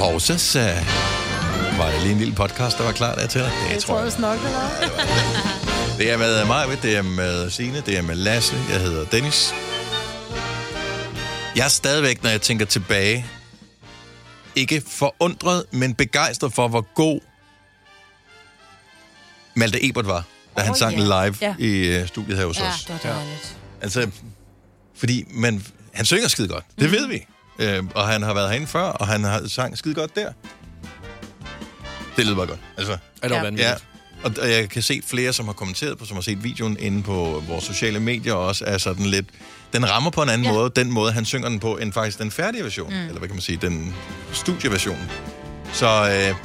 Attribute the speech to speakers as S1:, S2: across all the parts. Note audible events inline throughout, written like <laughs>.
S1: Rosas... Øh, var det lige en lille podcast, der var klar der til dig? Det,
S2: Jeg tror jeg også nok, det var. <laughs>
S1: Det er med mig, det er med Signe, det er med Lasse, jeg hedder Dennis. Jeg er stadigvæk, når jeg tænker tilbage, ikke forundret, men begejstret for, hvor god Malte Ebert var, da oh, han
S2: Åh,
S1: sang
S2: ja.
S1: yeah. live
S2: Ja.
S1: yeah. i øh, studiet her hos
S2: Ja,
S1: os.
S2: det var dejligt.
S1: Altså, fordi man, han synger skide godt, det ved vi. Øh, og han har været herinde før, og han har sang skide godt der. Det lyder bare godt. Altså,
S3: Er det
S2: Ja.
S3: ja. vanvittigt?
S1: Ja, og, og jeg kan se flere, som har kommenteret på, som har set videoen inde på vores sociale medier også, er sådan lidt... Den rammer på en anden ja.
S2: Ja.
S1: måde, den måde, han synger den på, end faktisk den færdige version, mm. eller hvad kan man sige, den studieversion. Så øh,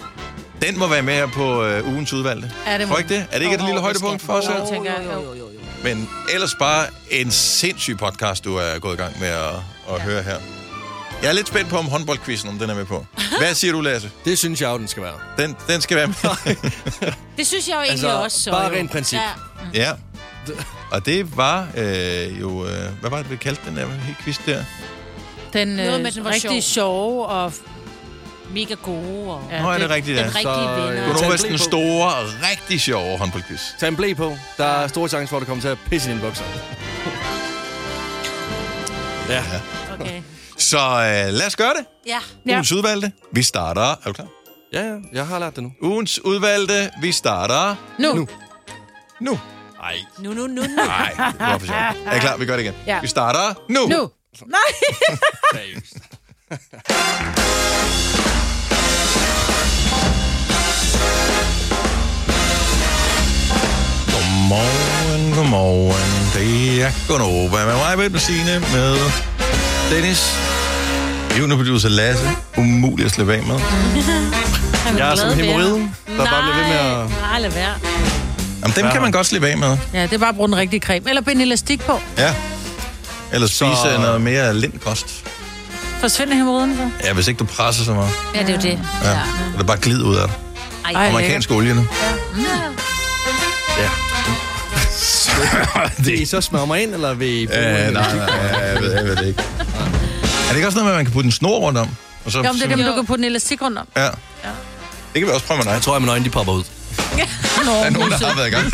S1: den må være med her på øh, ugens udvalgte.
S2: Ja, det må
S1: Tror ikke det? Er det ikke et lille højdepunkt for os her?
S2: Jo, tænker jeg. Jo,
S3: jo, jo.
S1: Men ellers bare en sindssyg podcast, du er gået i gang med at, at ja. høre her. Jeg er lidt spændt på, om håndboldquizzen, om den er med
S4: <laughs>
S1: på. Hvad siger du, Lasse?
S3: Det synes jeg jo, den skal være.
S1: Den, den skal være
S3: <laughs>
S1: med.
S4: Det synes jeg jo egentlig
S3: Altså,
S4: også. Så,
S3: bare
S4: jo.
S3: rent
S2: <laughs>
S3: princip.
S4: Ja.
S1: Ja. Og det var øh, jo... Øh, hvad var det, vi kaldte den der helt quiz der?
S2: Den,
S4: Noget
S2: øh,
S4: med, den var
S2: rigtig sjove og...
S4: Mega gode. Og...
S2: Ja,
S1: Nå, er det rigtigt, ja.
S4: Den rigtige
S3: Så, øh,
S4: vinder.
S3: Tag en
S1: Gunova
S3: ble
S1: den
S3: på.
S1: store, rigtig sjove håndboldquiz.
S3: Tag en blæ på. Der er store chancer for, at du kommer til at pisse i dine
S1: <laughs>
S3: bukser. Ja.
S4: Okay.
S1: Så øh, lad os gøre det.
S4: Ja.
S2: Ja.
S1: Ugens udvalgte. Vi starter... Er du klar?
S3: ja, ja. Jeg har lært det nu.
S1: Ugens udvalgte. Vi starter
S2: Nu.
S3: Nu.
S1: nu. Nej,
S4: Nu, nu, nu, nu.
S1: nej. Det var for sjovt. Er I klar? Vi gør det igen.
S2: Ja.
S1: Vi starter
S2: Nu.
S1: nu. <laughs>
S2: Nej.
S3: Seriøst.
S1: Godmorgen, godmorgen. Det er Gunova med mig, Britt Messine, med Dennis, juniorproducer Lasse, umulig at slippe af med.
S3: Jeg er som hemorrhoiden, der bare bliver ved med at...
S2: Nej, lad være.
S1: Jamen, dem
S3: Ja.
S1: kan man godt slippe af med.
S2: Ja, det er bare at bruge den rigtige creme. Eller binde elastik på.
S1: Ja. Eller spise
S3: Så-
S1: noget mere lindkost.
S2: Forsvinder hemorrhoiden så.
S1: Ja, hvis ikke du presser så meget.
S4: Ja, det er jo det.
S1: Ja. ja. Og det bare glid ud af dig.
S2: Ej,
S1: Amerikansk olie nu.
S3: Vil I så smøre mig ind, eller vil I bruge
S1: Øh,
S3: en-
S1: nej, nej, jeg ved, jeg ved det ikke. Er det ikke også noget med, at man kan putte en snor rundt om? Og så,
S2: Jo, men det er dem, du kan putte en elastik rundt om.
S1: Ja. ja. Det kan vi også prøve med dig.
S3: Jeg tror, at mine øjne de popper ud.
S2: Nå,
S1: <laughs> Der er nogen, der har været i gang.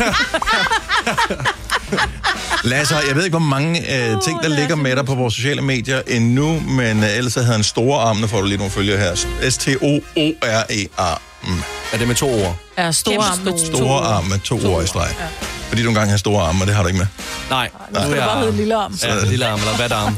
S1: Lasse, jeg ved ikke, hvor mange øh, ting, der ligger med dig på vores sociale medier endnu, men øh, ellers så havde han store arm, nu får du lige nogle følgere her. E S-T-O-O-R-E-A-M.
S3: Er det med to ord?
S2: Ja, store
S4: Kæmpe
S2: arm med
S4: store.
S1: Store arme, to ord i streg. Fordi du engang har store arme, og det har du ikke med.
S3: Nej. Nu er
S2: Det
S3: jeg...
S2: bare hedder lille arm.
S3: Ja, lille arm, eller hvad arm.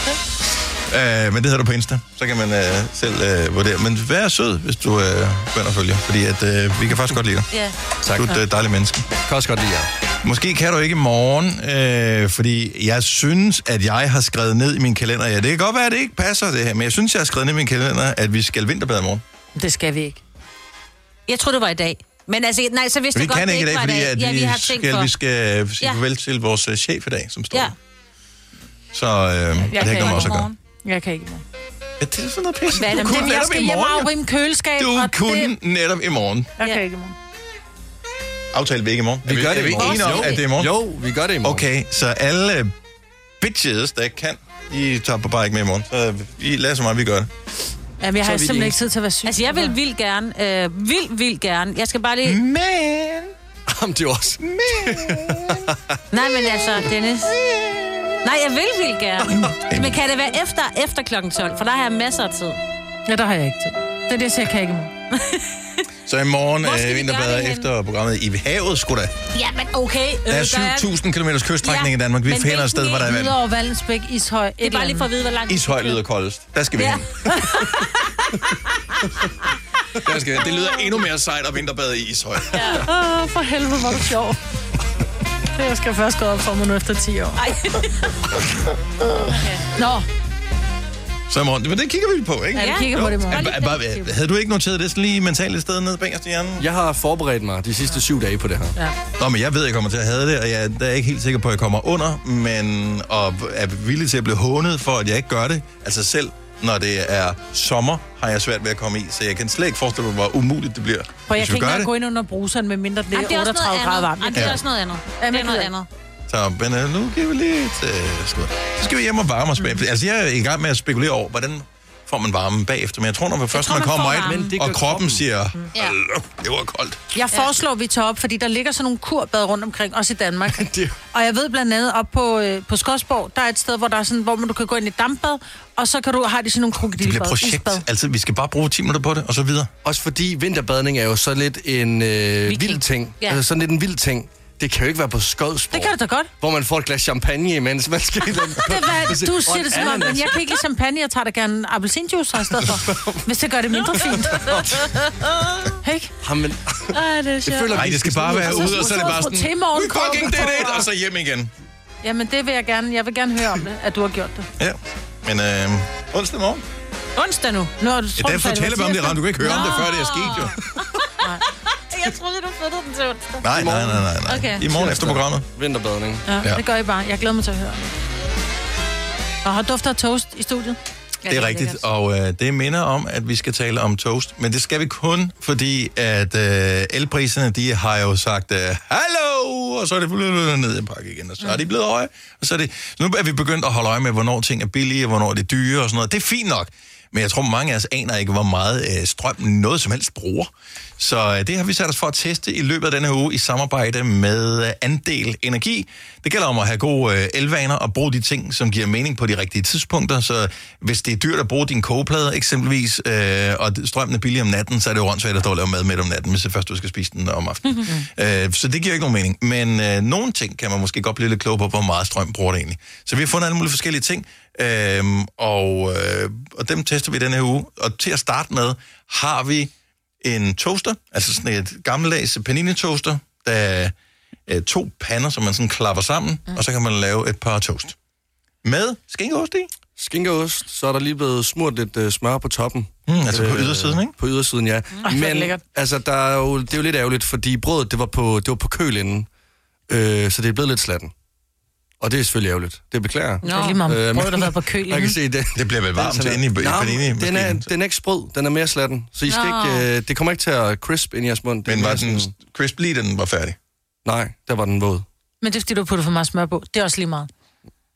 S1: Øh, men det hedder du på Insta, så kan man øh, selv øh, vurdere. Men vær sød, hvis du øh, begynder at følge, fordi at, øh, vi kan faktisk godt lide dig.
S4: Ja.
S1: Tak. Du er et øh, dejligt menneske.
S3: Kan også godt lide jer.
S1: Måske kan du ikke i morgen, øh, fordi jeg synes, at jeg har skrevet ned i min kalender. Ja, det kan godt være, at det ikke passer det her, men jeg synes, jeg har skrevet ned i min kalender, at vi skal vinterbade i morgen.
S2: Det skal vi ikke.
S4: Jeg tror, det var i dag. Men altså, nej, så vidste
S1: Vi
S4: jeg godt,
S1: kan
S4: det
S1: ikke i dag,
S4: var
S1: fordi
S4: dag.
S1: at
S4: ja, vi har tænkt
S1: skal,
S4: for.
S1: vi skal sige
S4: Ja.
S1: farvel til vores øh, chef i dag, som står.
S4: Ja.
S1: Ja. Så øh, og det
S2: kan
S1: kan
S2: ikke
S1: man også
S2: i
S1: gøre.
S2: Jeg kan ikke. mere.
S1: Ja, det er sådan noget pisse.
S4: Hvad er
S1: Du
S4: det,
S1: kunne
S4: men jeg
S1: netop
S2: Jeg
S1: i
S2: skal hjem og
S1: morgen.
S2: afrime køleskab.
S1: jo.
S2: og
S1: Du kunne
S2: Det...
S1: netop i morgen.
S2: Jeg
S4: Ja.
S2: kan ikke i morgen.
S1: Aftalte vi ikke i morgen?
S3: Vi
S1: er
S3: gør det
S1: er
S3: i
S1: vi
S3: morgen.
S1: enige om,
S4: Jo.
S1: at det er i morgen?
S3: Jo, vi gør det i morgen.
S1: Okay, så alle øh, bitches, der kan, I tager på bare ikke med i morgen. Så øh, I lader så meget, vi gør det.
S2: Jamen, jeg
S3: Så
S2: har
S3: er vi de
S2: simpelthen ikke
S3: eneste.
S2: tid til at være syg.
S4: Altså, jeg vil vildt gerne. Øh, vildt, vildt gerne. Jeg skal bare lige... Mm.
S1: Men...
S3: Jamen, det er også...
S4: Nej, men altså, Dennis... Nej, jeg vil vildt
S1: <laughs>
S4: gerne. Men kan det være efter, efter klokken 12? For der har jeg masser af tid.
S2: Ja, der har jeg ikke tid. Det er det, jeg siger, jeg kan ikke i morgen.
S1: Så i morgen
S4: Hvor skal
S1: øh,
S4: vi
S1: vinterbader
S4: gøre det
S1: efter programmet i havet, sgu da.
S4: Ja, men okay. øh,
S1: Der er
S4: en-
S1: 7.000 km kyststrækning
S4: Ja,
S1: i Danmark. Vi
S4: men
S1: finder et sted, hvor der er vand.
S2: Udover Valensbæk, Ishøj, et
S4: Det er bare lige for at vide, hvor langt...
S1: Ishøj lyder koldest. Der skal vi
S4: Ja.
S1: hen. Der skal vi hen. Det lyder endnu mere sejt at vinterbade i Ishøj.
S2: Åh, for helvede, hvor er du
S1: <laughs>
S2: sjov. Det jeg skal først gå op for mig nu efter 10 år. <laughs>
S4: Ej.
S2: Nå,
S1: Så i morgen. Men det kigger vi på, ikke?
S2: ja, vi kigger på det i morgen.
S1: Er- er- bare- Havde du ikke noteret det sådan lige mentalt et sted nede bag os i hjernen?
S3: Jeg har forberedt mig de sidste syv dage på det her.
S1: Nå, men jeg ved, jeg kommer til at have det, og jeg er ikke helt sikker på, at jeg kommer under, men og er villig til at blive hånet for, at jeg ikke gør det. Altså selv, når det er sommer, har jeg svært ved at komme i, så jeg kan slet ikke forestille mig, hvor umuligt det bliver,
S2: For jeg
S1: hvis
S2: kan
S1: vi
S2: ikke
S1: gør
S2: engang
S1: det.
S2: gå ind under bruseren, medmindre det
S4: Ej, det
S2: er
S4: er også noget
S2: 38 grader
S4: andet.
S2: varmt.
S4: Ej, det er
S1: Ja.
S4: også noget andet.
S2: men
S4: Det er noget
S2: det-
S4: andet.
S1: Så men, øh, nu giver vi lige et øh, skud. Så skal vi hjem og varme os. Mm. Altså, jeg er i gang med at spekulere over, hvordan får man varmen bagefter. Men jeg tror, når man først
S2: tror,
S1: man
S2: man
S1: kommer
S2: får
S1: ind,
S2: varmen. Mm. Men det
S1: og
S2: gør
S1: kroppen, siger,
S2: Ja.
S1: "Åh, det var koldt.
S2: Jeg foreslår, at vi tager op, fordi der ligger sådan nogle kurbad rundt omkring, også i
S1: <laughs>
S2: Danmark. og jeg ved blandt andet, op på, øh, på Skodsborg, der er et sted, hvor, der er sådan, hvor man, du kan gå ind i et dampbad, og så kan du, har de sådan nogle
S1: Det
S2: krokodilbad.
S1: bliver et projekt.
S2: isbad.
S1: Altså, vi skal bare bruge 10 minutter på det, og så videre.
S5: Også fordi vinterbadning er jo så lidt en øh,
S2: Viking.
S5: vild ting.
S2: Ja.
S5: Ja. Altså sådan lidt en vild ting. Det kan jo ikke være på Skodsborg.
S2: Det kan du da godt.
S5: Hvor man får et glas champagne, mens man skal... det
S2: Det var, du siger det som om, men jeg kan ikke lide champagne. Jeg tager da gerne appelsinjuice her i stedet for, hvis det gør det mindre
S4: <laughs>
S2: fint. Ikke?
S5: Jamen,
S2: Ej, det er
S1: Det føler, Nej, det skal bare være ude, og så er det bare sådan,
S2: we
S1: we fucking did it, og så hjem igen.
S2: Jamen, det vil jeg gerne. Jeg vil gerne høre om det, at du har gjort det.
S1: Ja, men øh, onsdag morgen.
S2: Onsdag nu. Nå, du
S1: Ja, der fortæller vi om det, Ravn. Du kan ikke høre om det, før det er sket, jo.
S4: <laughs>
S2: Ah.
S4: Jeg troede, du flyttede den til onsdag.
S1: Nej, nej, nej, nej. nej.
S2: Okay.
S1: I morgen efter programmet.
S5: Vinterbadning.
S2: Ja, ja, det gør I bare. Jeg glæder mig til at høre om det. Og har dufter af toast i studiet?
S1: Det er rigtigt, og øh, det minder om, at vi skal tale om toast. Men det skal vi kun, fordi at øh, elpriserne, de har jo sagt, øh, hallo, og så er det blevet ned i en pakke igen, og så er de blevet høje. Og så er det, nu er vi begyndt at holde øje med, hvornår ting er billige, og hvornår det er dyre og sådan noget. Det er fint nok, men jeg tror, mange af os aner ikke, hvor meget øh, strøm noget som helst bruger. Så øh, det har vi sat os for at teste i løbet af denne uge i samarbejde med øh, Andel Energi. Det gælder om at have gode øh, elvaner og bruge de ting, som giver mening på de rigtige tidspunkter. Så hvis det er dyrt at bruge din kogeplade eksempelvis, øh, og d- strømmen er billig om natten, så er det jo åndssvagt at stå og lave mad med om natten, hvis det først du skal spise den om aftenen. øh, så det giver ikke nogen mening. Men øh, nogle ting kan man måske godt blive lidt klog på, hvor meget strøm bruger det egentlig. Så vi har fundet alle mulige forskellige ting, øh, og, øh, og dem tester vi denne her uge. Og til at starte med har vi en toaster, altså sådan et gammeldags panini-toaster, der er øh, to pander, som man sådan klapper sammen, mm. og så kan man lave et par toast. Med skinkeost i.
S5: Skinkeost, så er der lige blevet smurt lidt øh, smør på toppen. Øh,
S1: Mm, altså på ydersiden, ikke?
S5: På ydersiden, ja.
S2: Ej,
S5: Mm.
S2: hvor er det
S5: Men
S2: lækkert.
S5: altså, der er jo, det er jo lidt ærgerligt, fordi brødet, det var på, det var på køl inden. Øh, så det er blevet lidt slatten. Og det er selvfølgelig ærgerligt. Det beklager jeg. Øh,
S2: Nå. Det er lige meget om
S5: men-
S2: brødet har været på køl
S5: <laughs> Jeg kan
S2: inden.
S5: se det.
S1: Det bliver vel varmt inde i, i panini
S5: den er, den er ikke sprød, den er mere slatten. Så I skal
S2: Nå.
S5: ikke, øh, det kommer ikke til at crisp ind i jeres mund. Det er
S1: Men var
S5: mere
S1: den
S5: sådan-
S1: crisp lige, da den var færdig?
S5: Nej, der var den våd.
S2: Men det er fordi, du har puttet for meget smør på. Det er også lige meget.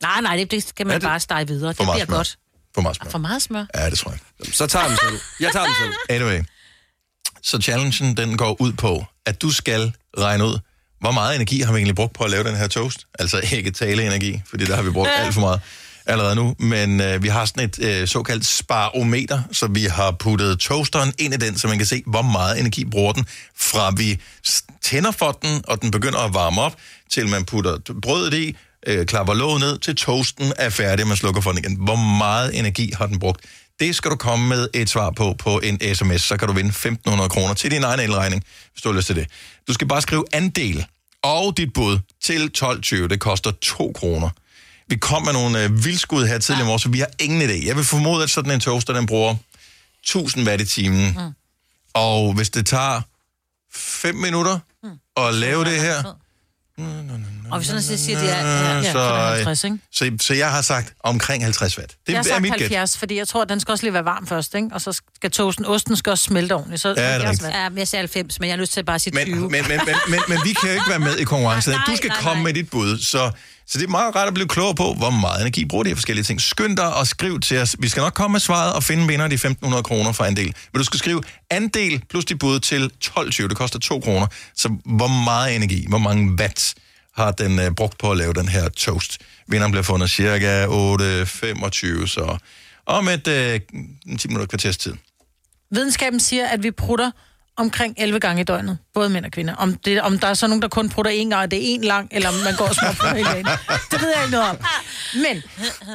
S4: Nej, nej, det, det kan man
S5: Er det-
S4: bare stege videre. Det
S1: For meget
S4: bliver
S1: smør.
S4: godt.
S1: For meget smør.
S4: For meget smør?
S1: Ja, det tror jeg.
S5: Så tager jeg den selv. Jeg tager den selv.
S1: Anyway. Så challengen, den går ud på, at du skal regne ud, hvor meget energi har vi egentlig brugt på at lave den her toast? Altså ikke taleenergi, fordi der har vi brugt alt for meget allerede nu. Men øh, vi har sådan et øh, såkaldt sparometer, så vi har puttet toasteren ind i den, så man kan se, hvor meget energi bruger den, fra vi s- tænder for den, og den begynder at varme op, til man putter t- brødet i, øh, klapper låget ned, til toasten er færdig, og man slukker for den igen. Hvor meget energi har den brugt? Det skal du komme med et svar på på en sms. Så kan du vinde 1.500 kroner til din egen elregning, hvis du har lyst til det. Du skal bare skrive andel og dit bud til 12.20. Det koster 2 kroner. Vi kom med nogle øh, vildskud her tidligere i morges, så vi har ingen idé. Jeg vil formode, at sådan en toaster, den bruger 1000 watt i timen. Mm. Og hvis det tager 5 minutter at lave det her,
S4: Og hvis sådan set siger, det er...
S1: øh,
S4: Ja,
S2: Ja,
S1: så,
S2: så er det
S1: øh,
S2: 50, ikke?
S1: så, så jeg har sagt omkring 50 watt. Det
S2: Det jeg
S1: er,
S2: har sagt
S1: mit gæt.
S2: 70, fordi jeg tror, at den skal også lige være varm først, ikke? Og så skal toasten, osten skal også smelte ordentligt. Så ja,
S1: er rigtigt.
S4: ja, jeg siger 90, men jeg har lyst til bare at sige
S1: Men,
S4: 20.
S1: men, men, men, men, men vi kan jo ikke være med i konkurrencen.
S4: Nej,
S1: Du skal
S4: nej,
S1: komme
S4: nej.
S1: med dit bud. Så, så det er meget rart at blive klogere på, hvor meget energi bruger de her forskellige ting. Skynd dig og skriv til os. Vi skal nok komme med svaret og finde vinder af de 1.500 kroner for andel. Men du skal skrive andel plus dit bud til 12,20. Det koster 2 kroner. Så hvor meget energi, hvor mange watt har den øh, brugt på at lave den her toast? Vinderen bliver fundet cirka 8.25, så om et øh, 10 minutter kvarters tid.
S2: Videnskaben siger, at vi prutter omkring 11 gange i døgnet, både mænd og kvinder. Om, det, om der er så nogen, der kun prutter én gang, og det er én lang, eller om man går og smutter på hele dagen. Det ved jeg ikke noget om. Men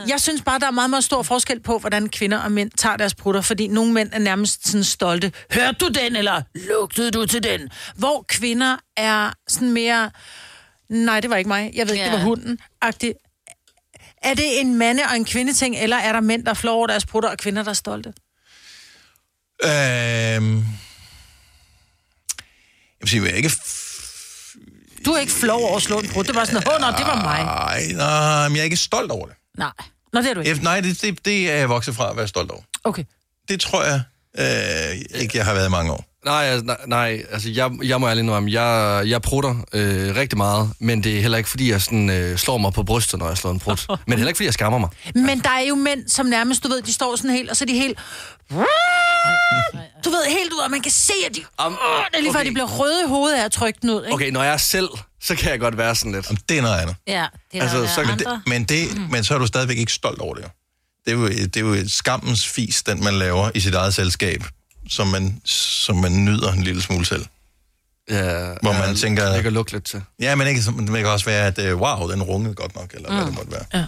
S2: jeg synes bare, der er meget, meget stor forskel på, hvordan kvinder og mænd tager deres prutter, fordi nogle mænd er nærmest sådan stolte. Hørte du den, eller lugtede du til den? Hvor kvinder er sådan mere... Nej, det var ikke mig. Jeg ved ikke,
S4: Ja.
S2: det var hunden. Agtig. Er det en mande- og en kvindeting, eller er der mænd, der flår over deres prutter, og kvinder, der er stolte?
S1: Øhm... Jeg vil sige, jeg er ikke... f-
S2: Du er ikke flov over at slå en brud. Det var sådan, åh, nå, det var mig.
S1: Ej, nej, men jeg er ikke stolt over det.
S2: Nej. Nå, det er du ikke.
S1: Jeg, nej, det, det, det er jeg vokset fra at være stolt over.
S2: Okay.
S1: Det tror jeg... Øh, ikke jeg har været i mange år.
S5: Nej, altså, nej, nej, altså jeg, jeg må ærligt indrømme, jeg, jeg prutter øh, rigtig meget, men det er heller ikke, fordi jeg sådan, øh, slår mig på brystet, når jeg slår en
S2: <laughs>
S5: prut. Men heller ikke, fordi jeg skammer mig.
S2: Men der er jo mænd, som nærmest, du ved, de står sådan helt, og så er de helt... Du ved, helt ud, og man kan se, at de...
S5: Om-
S2: Um, det er lige før,
S5: okay.
S2: de bliver røde i hovedet af at trykke den ud, ikke?
S5: Okay, når jeg er selv, så kan jeg godt være sådan lidt.
S1: Om det er noget andet.
S4: Ja, det er altså,
S5: Altså,
S4: der
S5: så
S4: så
S5: kan
S4: andre. Mm.
S1: Men, det, men, det, men så er du stadigvæk ikke stolt over det. jo. Det er, jo, det er jo et skammens fis, den man laver i sit eget selskab, som man, som man nyder en lille smule selv.
S5: Ja,
S1: Hvor
S5: jeg
S1: man tænker-
S5: Jeg kan lukke lidt til.
S1: Ja, men ikke, som- det kan også være, at øh, wow, den rungede godt nok, eller mm. hvad det måtte være.
S2: Ja.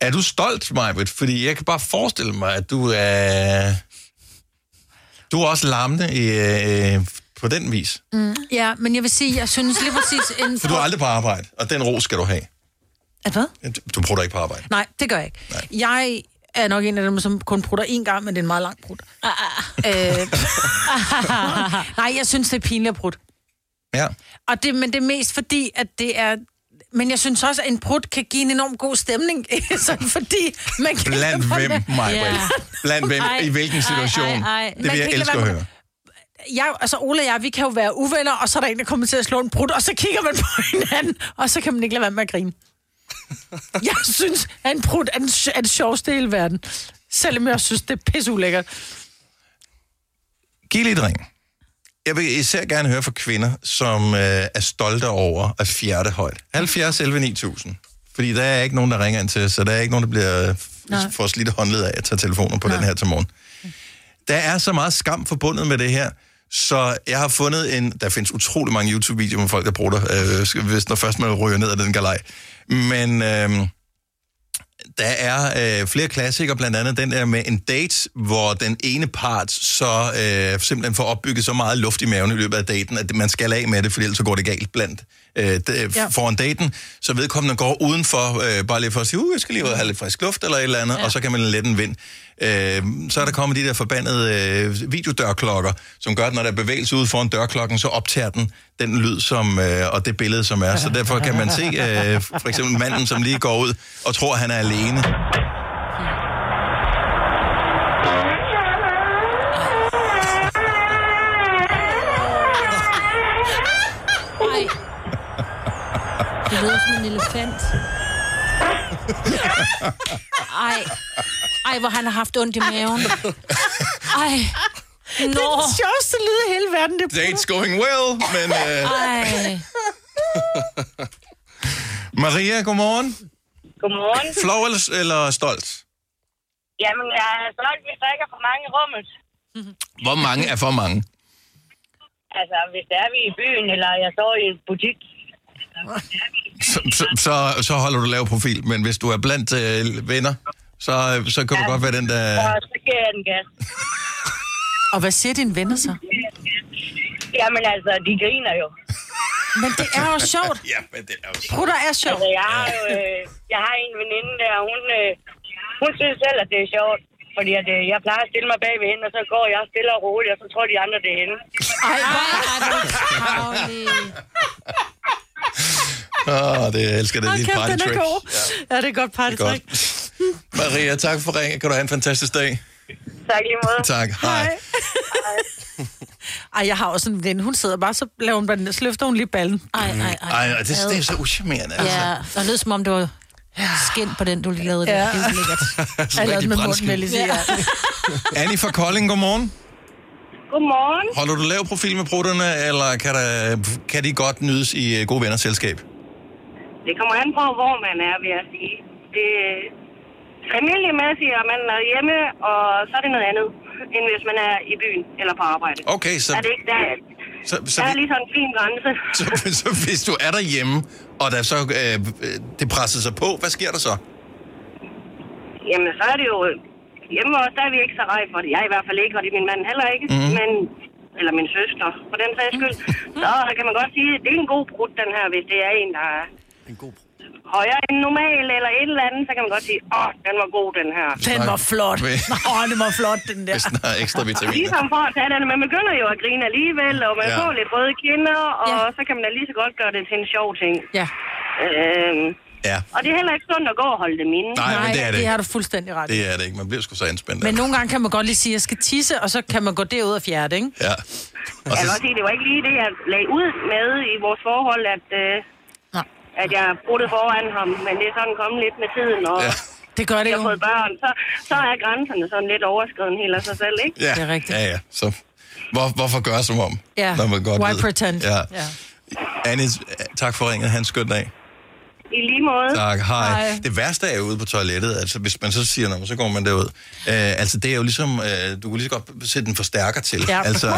S1: Er du stolt, Majbrit? Fordi jeg kan bare forestille mig, at du er... Du er også larmende i, øh, på den vis.
S2: Mm. Ja, men jeg vil sige, jeg synes lige præcis... En...
S1: For du er aldrig på arbejde, og den ro skal du have.
S2: At hvad?
S1: Du prutter ikke på arbejde.
S2: Nej, det gør jeg ikke. Nej. Jeg er nok en af dem, som kun prutter én gang, men det er en meget lang prut. Ah, ah. Øh... <laughs> Nej, jeg synes, det er pinligt at prutte.
S1: Ja.
S2: Og det, men det er mest fordi, at det er... Men jeg synes også, at en prut kan give en enorm god stemning, <laughs> sådan fordi man kan... <laughs>
S1: Blandt hvem, Majbrit?
S4: Ja.
S1: Blandt hvem? I hvilken situation?
S4: ej, ej. Man
S1: Det vil
S2: kan
S1: jeg
S2: ikke lade
S1: elske at
S2: være
S1: høre.
S2: Jeg, altså Ole og jeg, vi kan jo være uvenner, og så er der en, der kommer til at slå en brud, og så kigger man <laughs> på hinanden, og så kan man ikke lade være med at
S1: <laughs>
S2: grine. Jeg synes, at en brud er, den, sj- er det sjoveste i hele verden. Selvom jeg synes, det er pisseulækkert.
S1: Giv lidt ring. Jeg vil især gerne høre fra kvinder, som øh, er stolte over at fjerde højt. 70 11 9000. Fordi der er ikke nogen, der ringer ind til os, så der er ikke nogen, der bliver øh, får slidt håndled af at tage telefoner på Nej. den her til morgen. Der er så meget skam forbundet med det her, så jeg har fundet en... Der findes utrolig mange YouTube-videoer med folk, der bruger det, øh, skal- hvis når først man ryger ned ad den galej. Men... Øh, der er øh, flere klassikere, blandt andet den der med en date, hvor den ene part så øh, simpelthen får opbygget så meget luft i maven i løbet af daten, at man skal af med det, for ellers så går det galt blandt øh, d- ja.
S2: Ja.
S1: foran daten. Så vedkommende går udenfor, øh, bare lige for at sige, uh, jeg skal lige ud og have lidt frisk luft eller et eller andet, ja. og så kan man lette en vind. Øh, så er der kommet de der forbandede øh, videodørklokker, som gør, at når der er bevægelse ude foran dørklokken, så optager den den lyd som, øh, og det billede, som er. Så derfor kan man se øh, for eksempel manden, som lige går ud og tror, han er alene.
S4: Ej. Det lyder som en elefant. Ej. Ej, hvor han har haft ondt i maven. Ej. Nå.
S2: Det sjoveste lyd i hele verden, det er
S1: Date's going well, men... Øh,
S4: Ej.
S1: Maria, godmorgen.
S6: Godmorgen.
S1: Flov eller, eller stolt?
S6: Jamen, jeg er stolt, hvis der ikke er for mange i rummet.
S1: Hvor mange er for mange?
S6: Altså, hvis der er vi i byen, eller jeg står i en butik.
S1: Så, så, så, så holder du lav profil, men hvis du er blandt øh, venner, så, så kan du godt være den, der...
S6: Og så giver jeg den gas.
S2: Og hvad siger dine venner så?
S6: Jamen altså, de griner jo.
S2: Men det er jo sjovt.
S1: <laughs> Ja, men det er jo
S2: Brutter er sjovt.
S6: Altså, jeg har jo øh, jeg har en veninde der, og hun, øh, hun synes selv, at det er sjovt. Fordi at, øh, jeg plejer at stille mig bag ved hende, og så går jeg stille og roligt, og så tror de andre, det er hende.
S4: Ej, hvor er du
S6: <laughs>
S4: travlig.
S1: Åh, det jeg elsker det. Dit party trick.
S2: Ja, det er et godt partytrick.
S1: Godt. Maria, tak for ringen. Kan du have en fantastisk dag.
S6: Tak lige måde.
S1: Tak. Hej. Hej.
S2: Ej, jeg har også en veninde. Hun sidder bare, så, laver hun, bare- så løfter hun lige ballen.
S4: Ej, ej, ej.
S1: Ej, det, det er så uschammerende, altså. <laughs>
S4: Ja, det lød som om, det var skin på den, du lige lavede. Ja. Det er jo lækkert.
S2: Jeg lavede
S5: rigtig
S2: den med munden,
S5: brændskin.
S2: vil jeg lige sige. Ja.
S1: Annie fra Kolding, godmorgen.
S6: Godmorgen.
S1: Holder du lav profil med brutterne, eller kan, der, kan de godt nydes i øh, gode venners selskab?
S6: Det kommer an på, hvor man er, vil jeg sige. Det er familiemæssigt, og man er hjemme, og så er det noget andet, end hvis man er i byen eller på arbejde.
S1: Okay, så,
S6: Er det ikke der?
S1: så, så,
S6: Der er
S1: vi-
S6: lige sådan en fin grænse.
S1: <laughs> så, så hvis du er derhjemme, og der så, øh, øh, det presser sig på, hvad sker der så?
S6: Jamen, så er det jo... Hjemme også, der er vi ikke så rej for det. Jeg er i hvert fald ikke, og det er min mand heller ikke. Mm.
S1: Mhm.
S6: Men, eller min søster, for den sags
S1: <laughs>
S6: skyld. Så kan man godt sige, at det er en god brud, den her, hvis det er en, der er
S5: En god
S6: højere end normal eller et eller andet. Så kan man godt sige, åh, den var god, den her.
S2: Den var flot. Åh, oh, den var flot, den der.
S1: Hvis der er ekstra vitaminer.
S6: Ligesom for at tage den, men man begynder jo at grine alligevel, og man
S1: Ja.
S6: ja. får lidt røde kinder, og
S2: Ja.
S6: ja. så kan man da lige så godt gøre det til en sjov ting.
S2: Ja.
S6: Øhm,
S1: Ja.
S7: Og det er heller ikke sundt at gå og holde dem inde.
S1: Nej, men det er det
S2: det
S1: ikke.
S2: har du fuldstændig ret. i.
S1: Det er det ikke. Man bliver sgu så anspændt.
S2: Men nogle gange kan man godt lige sige, at jeg skal tisse, og så kan man gå derud og fjerde, ikke?
S1: Ja. Og
S7: Jeg
S1: så,
S7: vil også sige, det var ikke lige det, jeg lagde ud med i vores forhold, at, øh,
S2: Nej.
S7: at jeg brugte foran ham. Men det er sådan kommet lidt med tiden, og
S1: ja.
S7: ja.
S2: Det gør det
S7: jeg
S2: jo.
S7: har fået børn. Så, så er grænserne sådan lidt overskreden helt af sig selv, ikke?
S1: Ja.
S2: Det er rigtigt.
S1: Ja, ja. Så hvor, hvorfor gøre som om,
S2: Ja.
S1: når man godt
S2: Why
S1: ved.
S2: pretend?
S1: Ja.
S2: Ja.
S1: Anis, tak for ringet. Han skøn dag.
S7: I lige måde.
S1: Tak, hej.
S2: Hej.
S1: Det værste er jo ude på toilettet, altså hvis man så siger, "Nå, så går man derud. Øh, altså det er jo ligesom, øh, du kan lige så godt sætte en forstærker til.
S2: Ja.
S4: <laughs>
S1: Altså,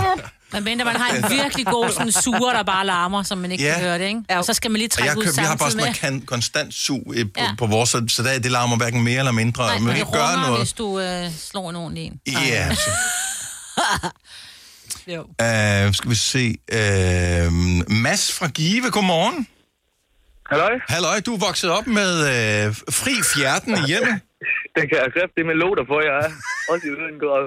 S4: Men mindre man har en virkelig god sådan sure, der bare larmer, som man ikke
S1: Ja.
S4: kan høre det, ikke? Og så skal man lige
S1: Og
S4: trække
S1: jeg
S4: ud
S1: køb, vi har bare
S4: samtidig med.
S1: sådan noget kan, konstant sug øh, på, ja.
S4: Ja.
S1: på vores, så, så der, det larmer hverken mere eller mindre.
S4: Nej,
S1: man
S4: men
S1: kan
S4: det
S1: ikke gøre
S4: runger,
S1: noget.
S4: hvis du øh, slår en ordentlig en.
S1: Ja. altså.
S4: Jo.
S1: Øh, skal vi se. Øh, Mads fra Give, godmorgen.
S8: Halløj,
S1: Halløj, du er vokset op med øh, fri fjerten i
S8: <laughs>
S1: hjemmet.
S8: den kan jeg kræfte det med låter for, jeg er. Også i uden går.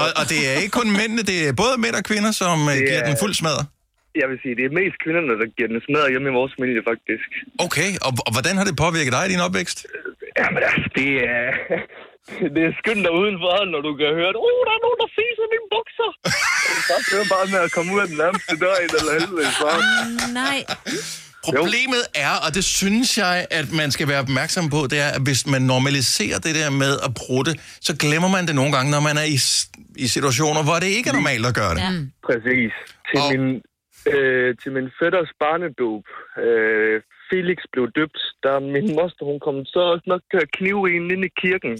S1: Og, og det er ikke kun mændene, det er både mænd og kvinder, som øh,
S8: Det
S1: giver
S8: er-
S1: den fuld smadre.
S8: Jeg vil sige, det er mest kvinderne, der giver den smadret hjemme i vores familie, faktisk.
S1: Okay, og, og hvordan har det påvirket dig i din opvækst?
S8: Jamen altså, det er... Det er skønt der udenfor, når du kan høre, at oh, der er nogen, der fiser i mine
S1: <laughs>
S8: bukser. Og du bare kører bare med at komme ud af den nærmeste dør i eller helvede. Så.
S4: Nej.
S1: Problemet er, og det synes jeg, at man skal være opmærksom på, det er, at hvis man normaliserer det der med at prutte, så glemmer man det nogle gange, når man er i, s- i situationer, hvor det ikke er normalt at gøre det.
S4: Ja.
S8: Præcis. Til,
S1: Mm. Og-
S8: min, øh, til min fætters barnedåb, øh, Felix blev døbt, da min
S1: Mm.
S8: moster, hun kom så også nok til at knive en inde i kirken.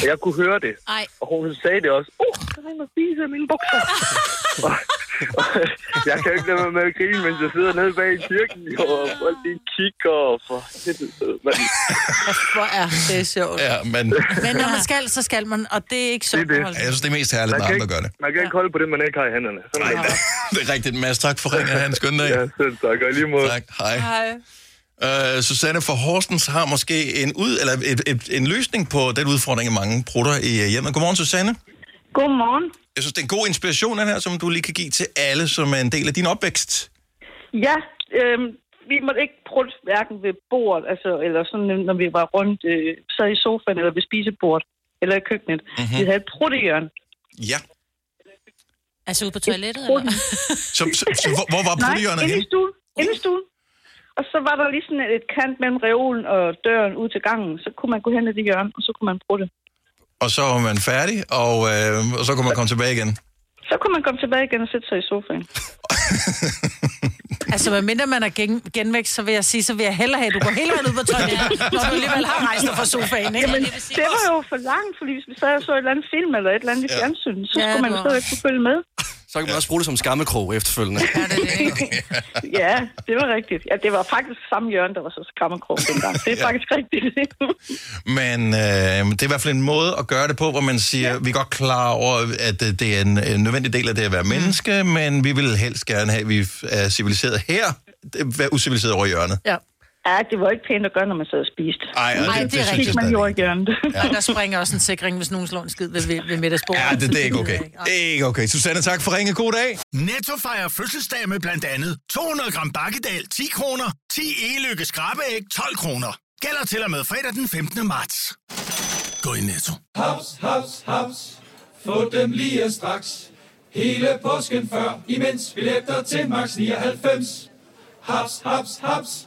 S8: Og jeg kunne høre det.
S4: Ej.
S8: Og hun sagde det også.
S9: Uh,
S8: Åh, oh, der er en, der spiser i mine
S4: <laughs>
S8: bukser. Og- og jeg kan ikke lade være med at grine, mens jeg sidder nede bag i kirken, og folk lige kigger, og for helvede, mand.
S2: Hvor er det sjovt.
S1: Ja, men
S2: Men når
S1: <laughs>
S2: man skal, så skal man, og det er ikke sjovt.
S8: Det er det.
S2: at holde-
S1: jeg synes, det er mest herligt,
S8: Man
S1: når
S8: kan
S1: andre
S8: ikke,
S1: gør det.
S8: man kan ikke holde på det, man ikke har i hænderne. Sådan er det.
S1: Det er rigtigt, Mads. Tak for ringen. Ha' en skøn dag.
S8: Ja, selv tak. Og i lige måde.
S1: Tak. Hej. Øh, Susanne fra Horsens har måske en, ud, eller et, et, en løsning på den udfordring, at mange prutter i øh, hjemmet. Godmorgen, Susanne.
S10: Godmorgen.
S1: Jeg synes, det er en god inspiration, den her, som du lige kan give til alle, som er en del af din opvækst.
S10: Ja, øh, vi måtte ikke prøve hverken ved bordet, altså, eller sådan, når vi var rundt, øh, sad i sofaen eller ved spisebordet, eller i køkkenet. Mm-hmm. Vi havde et pruttehjørn.
S1: Mhm. Ja.
S4: Altså ude på toilettet, eller?
S1: Så, så, så hvor, hvor var
S10: Nej,
S1: pruttehjørnet
S10: inde
S1: henne?
S10: i stuen. Inde i stuen. Og så var der lige sådan et kant mellem reolen og døren ud til gangen. Så kunne man gå hen i det hjørne, og så kunne man bruge det.
S1: Og så var man færdig, og, øh, og så kunne man komme tilbage igen.
S10: Så kunne man komme tilbage igen og sætte sig i sofaen.
S2: Altså, hvad mindre man er gen- genvækst, så vil jeg sige, så vil jeg hellere have, at du går hele vejen ud på toilettet, når du alligevel har rejst dig fra sofaen, ikke?
S4: Ja, det vil sige,
S10: Det var jo for langt, fordi hvis vi sad og så et eller andet film eller et eller andet i fjernsynet, så
S4: Ja,
S10: skulle man
S4: det
S10: jo
S4: var-
S10: stadigvæk kunne følge med.
S5: Så kan man også bruge det som skammekrog efterfølgende.
S4: er det det, ikke?
S10: <laughs> Ja, det var rigtigt. Ja, det var faktisk samme hjørne, der var så skræmmerkrog dengang. Det er faktisk rigtigt.
S1: Men øh, det er i hvert fald en måde at gøre det på, hvor man siger, ja. vi er godt klar over, at øh, det er en, en nødvendig del af det at være menneske, mm. men vi vil helst gerne have, at vi er civiliseret her, det- være uciviliseret over i hjørnet.
S2: Ja.
S10: ja, det var ikke pænt at gøre, når man sad og spiste.
S1: Ej, og
S2: det er
S1: synes jeg
S10: Fik man
S1: stadig
S10: jo i
S1: ikke.
S10: hjørnet.
S2: Og der springer også en sikring, hvis nogen slår en skid ved, ved, ved middagsbordet.
S1: Ja, det, det er ikke okay. Det er ikke okay. Susanne, tak for ringe. God dag.
S11: Netto fejrer fødselsdag med blandt andet 200 gram bakkedal 10 kroner, 10 e-lykke skrabeæg 12 kroner. Gælder til og med fredag den 15. marts. Gå i Netto.
S12: Haps, haps, haps. Få dem lige straks. Hele påsken før, imens vi læfter til max 99. Haps, haps, haps.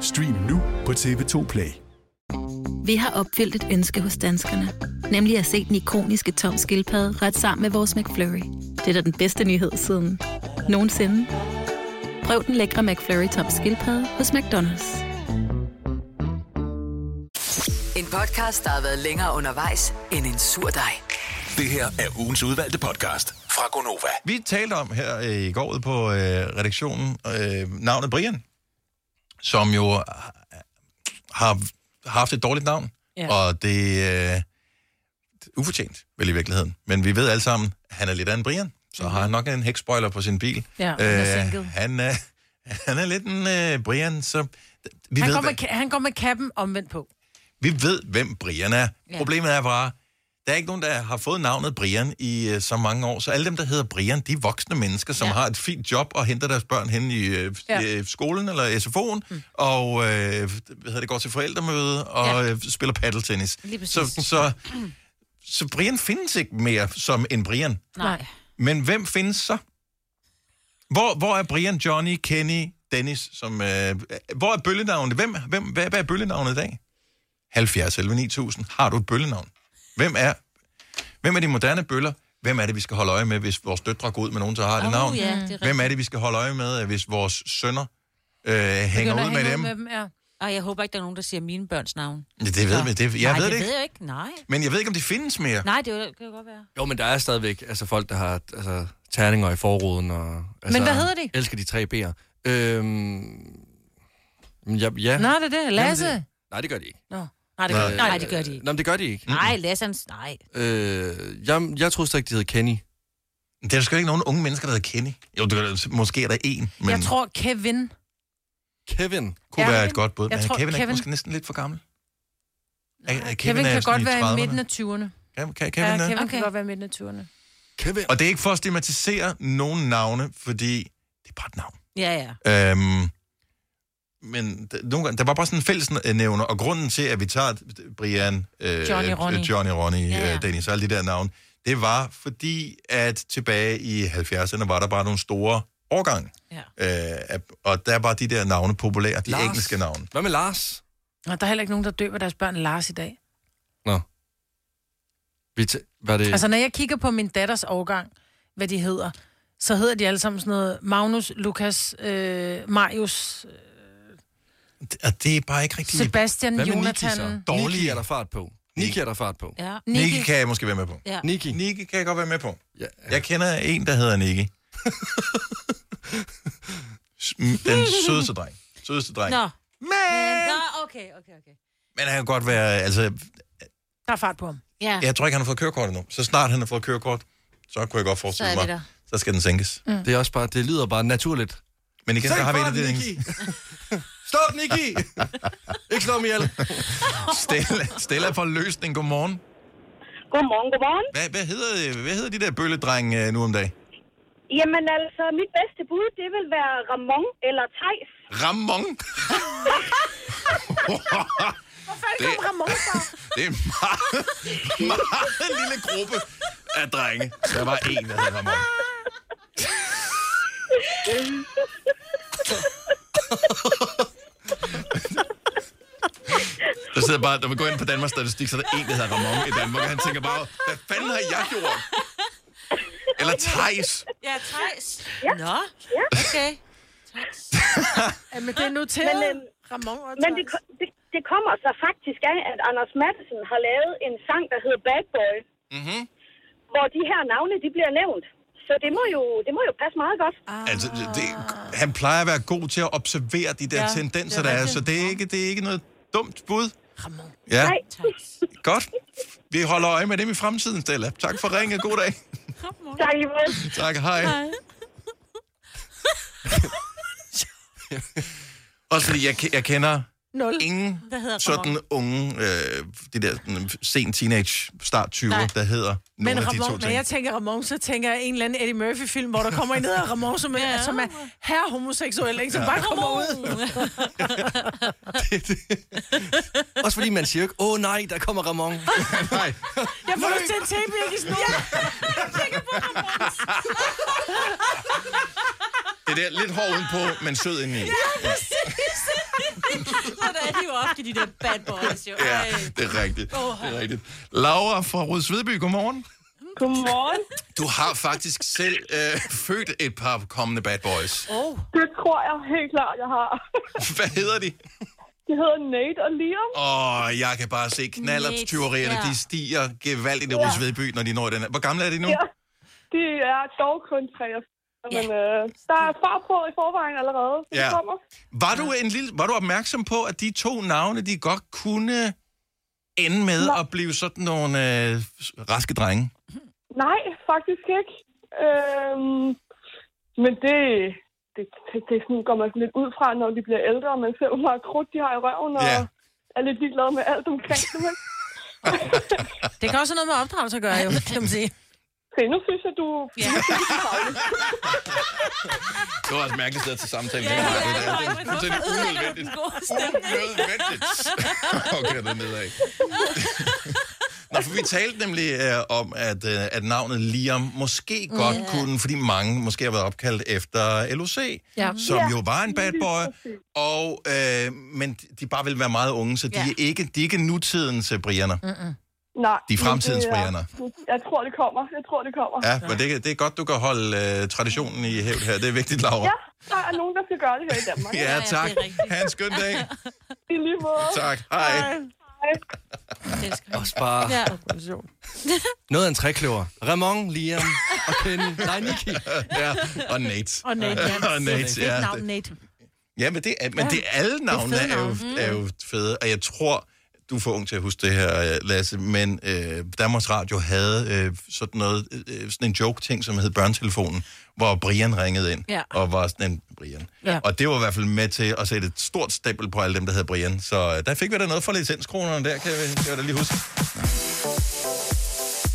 S12: Stream nu på TV2 Play.
S13: Vi har opfyldt et ønske hos danskerne. Nemlig at se den ikoniske tom skildpadde ret sammen med vores McFlurry. Det er da den bedste nyhed siden nogensinde. Prøv den lækre McFlurry tom skildpadde hos McDonald's.
S14: En podcast, der har været længere undervejs end en sur dej.
S11: Det her er ugens udvalgte podcast fra Gonova.
S1: Vi talte om her øh, i går ude på øh, redaktionen øh, navnet Brian, som jo har, har haft et dårligt navn. Ja. Og det er øh, ufortjent, vel i virkeligheden. Men vi ved alle sammen, at han er lidt af en Brian. Så har han nok en hækspoiler på sin bil.
S2: Mhm.
S1: Øh,
S2: Ja, han er single.
S1: han, er, <laughs> han er lidt en øh, Brian, så... Vi
S2: han,
S1: ved,
S2: går med,
S1: hvad-
S2: ka- han går med kappen omvendt på.
S1: vi ved, hvem Brian er.
S2: Ja.
S1: Ja. Problemet er bare, der er ikke nogen, der har fået navnet Brian i øh, så mange år. Så alle dem, der hedder Brian, de er voksne mennesker, som ja. har et fint job og henter deres børn hen i øh,
S6: Ja.
S1: ja. øh, skolen eller SFO'en, mm. og øh, hvad hedder det, går til forældremøde og ja. øh, spiller paddeltennis.
S6: Lige præcis.
S1: Så, så, så Brian findes ikke mere som en Brian.
S4: Nej.
S1: Men hvem findes så? Hvor, hvor er Brian, Johnny, Kenny, Dennis? Som, øh, hvor er bøllenavnet? Hvem, hvem, hvad, hvad er bøllenavnet i dag? 70 11 9000. Har du et bøllenavn? Hvem er, hvem er de moderne bøller? Hvem er det, vi skal holde øje med, hvis vores døtre går ud med nogen, der har det
S2: Oh,
S1: navn?
S2: ja, det er rigtigt.
S1: hvem er det, vi skal holde øje med, hvis vores sønner øh, hænger
S4: Begynder at
S1: ud med
S4: hænge
S1: dem?
S4: ja. Ej, jeg håber ikke, der er nogen, der siger mine børns navn.
S1: Ja, det ved
S4: Så.
S1: vi. Det, jeg
S4: Nej,
S1: ved det
S4: det
S1: ikke.
S4: ved jeg ikke. Nej.
S1: Men jeg ved ikke, om det findes mere.
S4: Nej, det er jo- det kan jo godt være.
S5: Jo, men der er stadigvæk altså, folk, der har altså, terninger i forruden. Og, altså,
S2: hvad hedder de?
S5: Elsker de tre B'er. Øhm, ja, ja.
S2: Nå, det er det. Lasse?
S5: Jamen, det- nej, det gør de ikke.
S2: Nå. Nej, det gør,
S5: Øh,
S2: nej, det gør de ikke.
S5: Nå, men det gør de ikke.
S4: Nej, Lassans, nej.
S5: Øh, jeg, jeg troede slet ikke, de hed Kenny.
S1: Der er sgu ikke nogen unge mennesker, der hedder Kenny. Jo, det, måske er der en, men...
S2: Men... Jeg tror, Kevin...
S5: Kevin
S1: kunne
S2: Ja,
S1: være
S2: Kevin.
S1: et godt bud,
S2: Jeg
S1: men
S2: tror,
S1: Kevin, Kevin er
S2: Kevin-
S1: ikke måske næsten lidt for gammel. Er- er
S2: Kevin,
S1: Kevin, er
S2: Kevin kan
S1: sådan
S2: godt være i
S1: 30'erne?
S2: midten af 20'erne.
S1: Kan- kan Kevin
S2: ja,
S1: det?
S2: Kevin okay.
S1: Okay.
S2: kan godt være i midten af 20'erne.
S5: Kevin.
S1: Og det er ikke for at stigmatisere nogen navne, fordi det er bare et navn.
S4: Ja, ja.
S1: Øhm, men d- nogle gange, der var bare sådan en fællesnævner, og grunden til, at vi tager d- Brian, øh,
S2: Johnny, Ronny.
S1: øh, Johnny, Ronny
S2: Ja,
S1: ja,
S2: ja.
S1: ja. Øh, Dennis og alle de der navne, det var fordi, at tilbage i 70'erne var der bare nogle store årgange.
S2: Ja.
S1: Øh, at- og der var de der navne populære, de
S5: Lars.
S1: engelske navne.
S5: Hvad med Lars?
S2: Og der er heller ikke nogen, der døber deres børn Lars i dag.
S5: Vi t- var det...
S2: Altså, når jeg kigger på min datters årgang, hvad de hedder, så hedder de alle sammen sådan noget Magnus, Lukas, øh, Marius,
S1: Og det er bare ikke rigtigt.
S2: Sebastian,
S5: Hvad med
S2: Jonathan.
S5: Niki så? Dårlige Niki er der fart på. Niki er der fart på.
S2: Ja.
S1: Niki. Niki kan jeg måske være med på.
S2: Ja.
S5: Niki.
S1: Niki kan jeg godt være med på.
S5: Ja.
S1: Jeg kender en, der hedder Niki. <laughs> Den sødeste dreng. Sødeste dreng.
S4: Nå.
S1: Men...
S4: Nå, okay, okay, okay.
S1: Men han kan godt være, altså,
S2: Der er fart på ham.
S4: Ja.
S1: jeg tror ikke, han har fået kørekort endnu. Så snart han har fået kørekort, så kunne jeg godt forestille mig, så skal den sænkes.
S2: Mm.
S5: Det er også bare, det lyder bare naturligt.
S1: Men igen,
S5: Sænk
S1: der har vi en af
S5: farten,
S1: de
S5: Niki! <laughs>
S2: <laughs>
S5: Stop, Niki! ikke slå mig ihjel.
S1: <laughs> Stella, Stella fra Løsning, godmorgen.
S15: Godmorgen, godmorgen.
S1: Hvad, hvad, hedder, hvad hedder de der bølledrenge øh, nu om dagen?
S15: Jamen altså, mit bedste bud, det vil være Ramon eller Tejs.
S1: Ramon.
S2: Hvorfor
S1: er det Det- kommet
S2: Ramon fra?
S1: <laughs> Det er en meget, meget lille gruppe af drenge. Der var en, der hed Ramon.
S7: <laughs>
S1: Der sidder bare, når man går ind på Danmarks Statistik, så er der en, der hedder Ramon i Danmark, og han tænker bare, hvad fanden har jeg gjort? Eller Thijs.
S4: Ja, Thijs. Ja. Nå, ja. okay.
S2: Ja, men det er noteret.
S15: Men, øhm,
S2: Ramon og
S15: Men det, ko- det, det kommer så faktisk af, at Anders Madsen har lavet en sang, der hedder Bad Boy,
S1: Mm-hmm.
S15: hvor de her navne, de bliver nævnt. Så det må jo, det må jo passe meget godt.
S2: Ah.
S1: Altså, det, han plejer at være god til at observere de der
S15: Ja,
S1: ja, tendenser,
S15: det
S1: der
S15: er
S1: er,
S15: rigtigt.
S1: så det er, ikke, det er ikke noget dumt bud. Ja. Nej. Godt. Vi holder øje med dem i fremtiden, Stella. Tak for ringet. God dag.
S15: <laughs> Tak i måde.
S1: Tak, hej. Også fordi jeg, ke- jeg kender
S2: Nul.
S1: Ingen
S4: Hvad hedder Ramon?
S1: sådan unge, øh, de der sådan, sen teenage, start 20'er,
S2: Nej.
S1: der hedder nogle
S2: Men
S1: af de to
S2: Ramon, når
S1: ting.
S2: jeg tænker Ramon, så tænker jeg en eller anden Eddie Murphy-film, hvor der kommer en, der hedder Ramon, som er, ja. som er herre homoseksuel, ikke? som ja.
S5: Ja.
S2: bare kommer ud.
S5: Også fordi man siger jo ikke, åh oh, nej, der kommer Ramon.
S1: <laughs>
S5: nej.
S2: Jeg får lyst til en tape, jeg kan snurre.
S1: Det der lidt hård udenpå, men sød indeni. Ja.
S4: præcis. <laughs> Sådan er de jo ofte, de der bad boys, jo.
S1: Ja,
S4: Ej.
S1: det er rigtigt.
S4: Åh.
S1: Det er rigtigt. Laura fra Rødsvedby, godmorgen.
S9: Godmorgen.
S1: Du har faktisk selv øh, født et par kommende bad boys.
S9: Oh. Det tror jeg helt klart, jeg har. <laughs>
S1: Hvad hedder de?
S9: Det hedder Nate og Liam.
S1: Åh, jeg kan bare se knallertyverierne,
S9: Lidt, ja.
S1: de stiger gevaldigt i
S9: Ja.
S1: Rødsvedby, når de når den her. Hvor gamle er de nu?
S9: Ja. De er dog kun 43. Men øh, der er far på i forvejen allerede, så ja.
S1: Ja.
S9: det kommer.
S1: Var du, en lille, var du opmærksom på, at de to navne, de godt kunne ende med at blive sådan nogle øh, raske drenge?
S9: Nej, faktisk ikke. Øhm, men det, det, det, det sådan, går man sådan lidt ud fra, når de bliver ældre, og man ser, hvor meget krudt de har i røven, og
S1: Ja.
S9: er lidt ligeglad med alt omkring dem. ikke?
S2: Det kan også have noget med opdragelse at gøre, jo, kan man sige.
S9: Se, nu synes jeg, du... Ja.
S1: Det var også et mærkeligt sted til samtalen. Ja, ja, ja, det er fuldstændig unødvendigt.
S4: <laughs>
S1: Unødvendigt. <laughs> Okay, det er nedad. <laughs> Nå, for vi talte nemlig øh, om, at, øh, at navnet Liam måske godt
S6: Ja.
S1: kunne, fordi mange måske har været opkaldt efter LOC,
S6: Ja.
S1: som
S6: Ja.
S1: jo var en bad boy, og, øh, men de bare vil være meget unge, så de,
S9: Ja.
S1: er, ikke, de er ikke nutidens øh, brianer.
S9: Mm-mm. Nej.
S1: De er fremtidens
S9: men det er-
S1: Brianna.
S9: Jeg tror, det kommer. Jeg tror, det kommer.
S1: Ja, men det, det er godt, du kan holde øh, traditionen i hævd her. Det er vigtigt, Laura.
S9: Ja, der er nogen, der skal gøre det her i Danmark.
S1: Ja, Ja, ja, tak. det er rigtigt. Ha' en skøn <laughs> dag.
S9: I lige måde.
S1: Tak. Hej.
S9: Hej.
S5: Også bare
S2: Ja.
S5: noget af en trækløver. Ramon, Liam og Kenny. Nej, Nikki.
S1: ja, <laughs> og Nate.
S2: Og Nate, ja.
S1: <laughs> og Nate,
S2: Det er
S1: ja.
S2: et navn, Nate.
S1: Ja, men det er, men
S2: Ja.
S1: det er
S2: Det
S1: alle
S2: er
S1: navnene
S2: fede Mm.
S1: er, jo,
S2: navne.
S1: er jo fede, og jeg tror, du er for ung til at huske det her, øh, Lasse, men øh, Danmarks Radio havde øh, sådan noget, øh, sådan en joke-ting, som hed Børnetelefonen, hvor Brian ringede ind,
S6: Ja.
S1: og var sådan en Brian.
S6: Ja.
S1: Og det var i hvert fald med til at sætte et stort stempel på alle dem, der hed Brian. Så øh, der fik vi da noget for licenskronerne der, kan jeg, kan jeg da lige huske.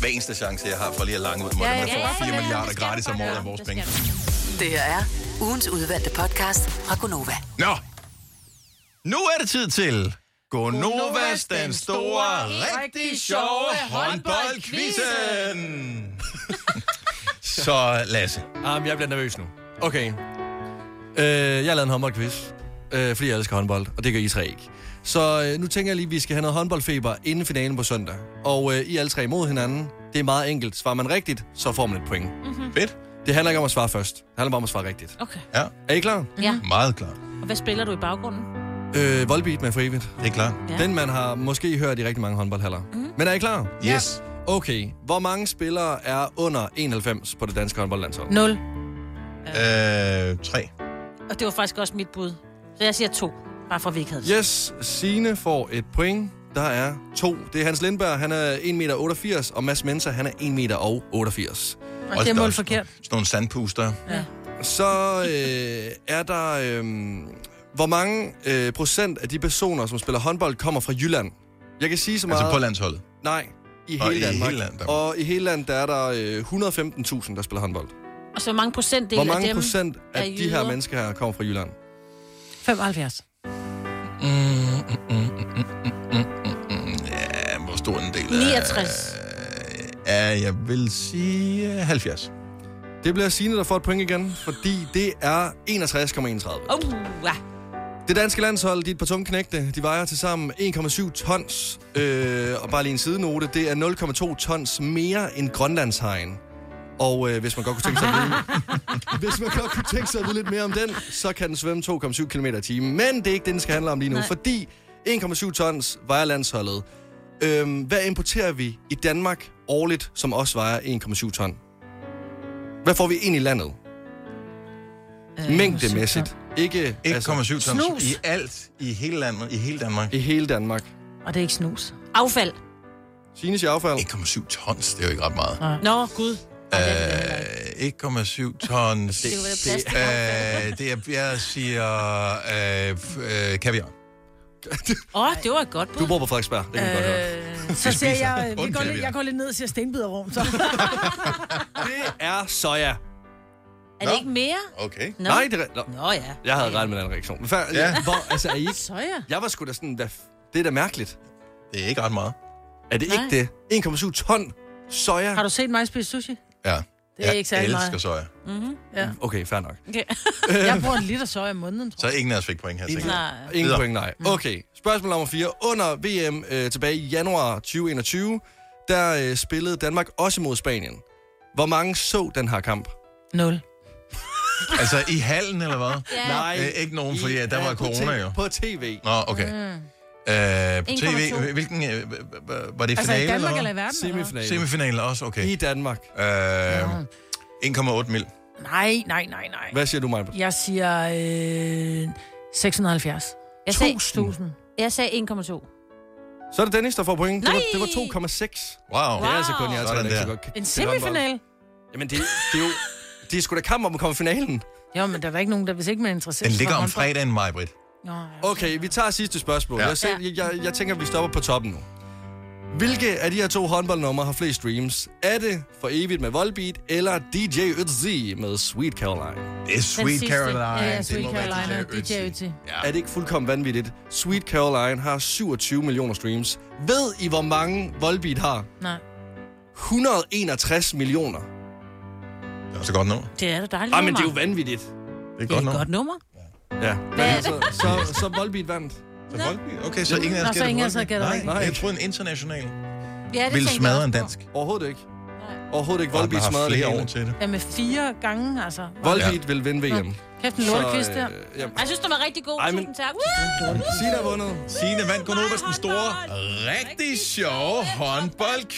S1: Hver eneste chance, jeg har for lige at lange ud, må
S16: Ja,
S1: ja, man
S16: ja,
S1: får
S16: ja, ja,
S1: 4
S16: ja,
S1: milliarder
S16: det skal
S1: gratis
S16: du
S1: om
S16: bare
S1: året
S16: gøre.
S1: af vores penge.
S16: Det her er ugens udvalgte podcast fra Gonova.
S1: Nå, nu er det tid til Gonovas, den store, rigtig sjove håndboldquizzen. Så Lasse.
S5: Jamen, Ah, jeg bliver nervøs nu. Okay. Øh, jeg lavede en håndboldquiz, øh, fordi jeg elsker håndbold, og det gør I tre ikke. Så øh, nu tænker jeg lige, at vi skal have noget håndboldfeber inden finalen på søndag. Og øh, I er alle tre imod hinanden. Det er meget enkelt. Svarer man rigtigt, så får man et point.
S4: Mhm.
S1: Fedt.
S5: Det handler ikke om at svare først. Det handler bare om at svare rigtigt.
S4: Okay.
S1: Ja.
S5: Er I klar?
S4: Ja.
S1: Meget klar.
S4: Og hvad spiller du i baggrunden?
S5: Øh, Volbeat med for evigt.
S1: Det er klar.
S4: Ja.
S5: Den man har måske hørt i rigtig mange håndboldhaller. Mm. Men er I klar?
S1: Yes.
S5: Okay. Hvor mange spillere er under 91 på det danske håndboldlandshold?
S2: Nul.
S1: Øh, tre.
S4: Og det var faktisk også mit bud. Så jeg siger to. Bare for at vi ikke havde
S5: Yes, Sine får et point. Der er to. Det er Hans Lindberg, han er 1,88 meter, og Mads Mensa, han er 1,88 meter. Og
S2: Og det er målt forkert.
S1: Sådan nogle sandpuster.
S2: Ja.
S5: Så øh, er der... Øh, hvor mange øh, procent af de personer, som spiller håndbold, kommer fra Jylland? Jeg kan sige så meget...
S1: Altså på landsholdet.
S5: Nej, i
S1: Og
S5: hele,
S1: i
S5: Danmark.
S1: hele landet.
S5: Og i hele landet, der er der øh, 115.000, der spiller håndbold.
S4: Og så hvor mange procentdel
S5: Hvor
S4: af
S5: mange
S4: dem
S5: procent af
S4: er
S5: de her
S4: jyder?
S5: mennesker her kommer fra Jylland?
S2: 75.
S1: Ja, hvor stor en del er...
S4: 69.
S1: Ja, jeg vil sige øh, 70.
S5: Det bliver Signe, der får et point igen, fordi det er 61,31.
S4: Oh, ja.
S5: Det danske landshold, de er et par tunge knægte. De vejer til sammen 1,7 tons. Øh, og bare lige en sidenote, det er 0,2 tons mere end Grønlandshegn. Og øh, hvis man godt kunne tænke sig at vide, hvis man godt kunne tænke sig at vide lidt mere om den, så kan den svømme 2,7 km i timen. Men det er ikke det, den skal handle om lige nu, Nej. fordi 1,7 tons vejer landsholdet. Øhm, hvad importerer vi i Danmark årligt, som også vejer 1,7 ton? Hvad får vi ind i landet? Mængdemæssigt. Ikke
S1: 1,7 tons
S2: Altså, Snus.
S1: i alt, i hele landet, i hele Danmark.
S5: Altså, I hele Danmark.
S2: Og det er ikke snus.
S4: Affald.
S5: Sines i affald.
S1: 1,7 tons, det er jo ikke ret meget.
S4: Nå, gud.
S1: Øh, 1,7 tons.
S4: Det er jo det plastik.
S1: øh, det er, jeg siger øh, f- øh, kaviar.
S4: Åh, oh, det var et
S1: <laughs>
S4: godt bud.
S5: Du bor på Frederiksberg, det kan vi godt høre.
S2: Øh, så siger jeg, øh, vi går lidt, jeg går lidt ned og siger stenbiderrum.
S4: <laughs>
S2: Så.
S5: Det er soja.
S4: Er det ikke mere?
S1: Okay.
S4: Nå.
S5: Nej, det er... Nå.
S4: Nå ja.
S5: Jeg havde regnet med den reaktion. Men før,
S1: Ja.
S5: ja. hvor, altså, er I ikke...
S4: Soja.
S5: Jeg var sgu da sådan, hvad, f- det er da mærkeligt.
S1: Det er ikke ret meget.
S5: Er det
S2: Nej.
S5: ikke det? 1,7 ton soja.
S2: Har du set mig spise sushi?
S1: Ja.
S2: Det er ikke særlig
S1: Jeg elsker
S2: meget.
S1: soja.
S4: Mhm.
S2: Mm-hmm. Ja.
S5: Okay, fair nok.
S2: Okay. jeg bruger en liter soja om måneden, tror
S1: Så ingen af os fik point her,
S5: Ingen,
S1: tænker jeg.
S5: nej. ingen
S1: Videre.
S5: point, nej.
S2: Mm.
S5: Okay, spørgsmål nummer 4. Under VM øh, tilbage i januar 2021, der øh, spillede Danmark også mod Spanien. Hvor mange så den her kamp?
S2: jeg. Nul.
S1: Altså i hallen, eller hvad?
S5: Ja. Nej.
S1: Øh, ikke nogen, fordi ja, der
S5: Ja,
S1: var
S5: på
S1: corona
S5: t- Mm.
S1: jo.
S5: På tv.
S1: Nå, okay. Øh, på tv,
S5: 1,2.
S1: hvilken, øh, h- h- h- var det finale?
S5: Altså i Danmark
S1: hvad?
S5: eller i verden, eller hvad? Semifinale.
S1: Semifinale også, okay.
S5: I Danmark.
S1: Øh, 1,8 mil.
S2: Nej, nej, nej, nej.
S5: Hvad siger du, Maja?
S2: Jeg siger øh, 670.
S4: Jeg sagde, 1000. Jeg sagde 1,2.
S5: Så er det Dennis, der får point. Det var,
S2: Nej!
S5: det var 2,6.
S1: Wow.
S5: Det er altså kun jeg,
S1: Sådan
S5: der ikke så
S1: der.
S5: godt kan-
S2: En
S5: til håndbold.
S2: semifinal?
S5: Jamen, det, det er jo... Det er sgu da kamp om at komme i finalen.
S2: Jo, men der var ikke nogen, der hvis ikke man er interesseret.
S1: Den
S2: sig
S1: ligger
S2: for
S1: om
S2: håndbold.
S1: fredagen, mig, Britt.
S2: Nå,
S5: Okay, vi tager sidste spørgsmål.
S1: Ja.
S5: Ja. Jeg, selv, jeg, jeg, jeg tænker, vi stopper på toppen nu. Hvilke af de her to håndboldnumre har flest streams? Er det For Evigt med Volbeat, eller DJ Ötzi med Sweet Caroline?
S1: Det er
S2: Den sidste. Ja, ja, Sweet Caroline og DJ Ötzi.
S5: Er det ikke fuldkommen vanvittigt? Sweet Caroline har 27 millioner streams. Ved I, hvor mange Volbeat har?
S2: Nej.
S5: 161 millioner.
S1: Det er også godt nummer.
S4: Det er da dejligt
S5: Ej, men det er jo
S4: nummer.
S5: vanvittigt.
S1: Det
S4: Det er et godt nummer.
S5: Ja.
S4: Hvad er det?
S5: Så, så, så Volbeat vandt.
S1: Så Volbeat? Okay, så ingen af
S2: Nå,
S1: os
S2: så ingen af os har
S1: gætter
S2: gættet rigtigt.
S1: på Volbeat. Nej, jeg troede en international.
S2: Ja, det
S1: Vil
S2: tænker
S1: smadre
S2: jeg
S1: en
S2: også på.
S1: dansk.
S5: Overhovedet ikke. Overhovedet ikke. Volbeat
S1: har
S5: smadrer det
S1: flere
S5: hele.
S1: år til det.
S2: Ja, med fire gange, altså.
S5: Volbeat ja. vil vinde VM.
S2: Kæft, en lortekvist der.
S5: øh, jamen.
S4: Ej, Jeg synes, den var rigtig god.
S5: Ej, men-
S4: Tusind tak.
S5: Sina har vundet.
S1: Signe vandt Gunovas den store, rigtig sjove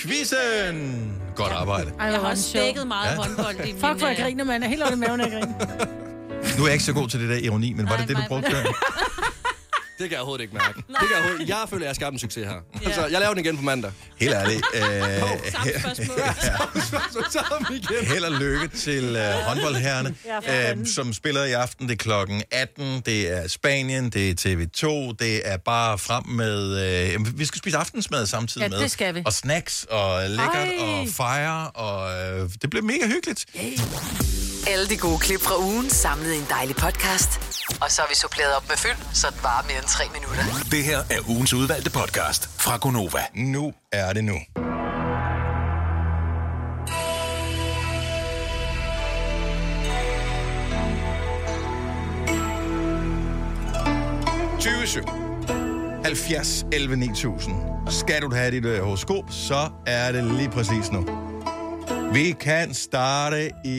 S1: håndboldquizzen. Godt arbejde.
S2: Ej,
S4: Jeg
S2: hvor
S4: har
S2: var
S4: også
S2: den sjov.
S4: spækket meget
S1: Ja.
S2: <laughs>
S4: håndbold i min...
S2: Fuck, hvor jeg
S4: øh,
S2: griner, mand. Jeg er helt oppe i maven, jeg griner.
S1: Nu er jeg ikke så god til det der ironi, men var det det, du
S2: nej,
S1: brugte
S2: nej.
S1: før?
S5: Det kan jeg <laughs> overhovedet ikke mærke. det kan jeg, overhovedet- jeg føler, jeg har skabt en succes her. Ja. Så jeg laver den igen på mandag.
S1: Helt
S5: <laughs>
S1: ærligt.
S5: samme
S1: <laughs> Øh,
S5: Så tager vi igen.
S1: held og lykke til øh, håndboldherrene, øh, som spiller i aften. Det er klokken 18, det er Spanien, det er TV2, det er bare frem med... Øh, jamen, vi skal spise aftensmad samtidig
S2: Ja,
S1: med.
S2: det skal vi.
S1: Og snacks, og lækkert,
S16: Ej.
S1: og fejre, og øh, det bliver mega hyggeligt.
S16: Alle de gode klip fra ugen samlet i en dejlig podcast. Og så har vi suppleret op med fyld, så det varer mere end tre minutter.
S11: Det her er ugens udvalgte podcast fra Gonova.
S1: Nu er det nu. Tyvesø. 70 11 9000. Skal du have dit øh, horoskop, så er det lige præcis nu. Vi kan starte i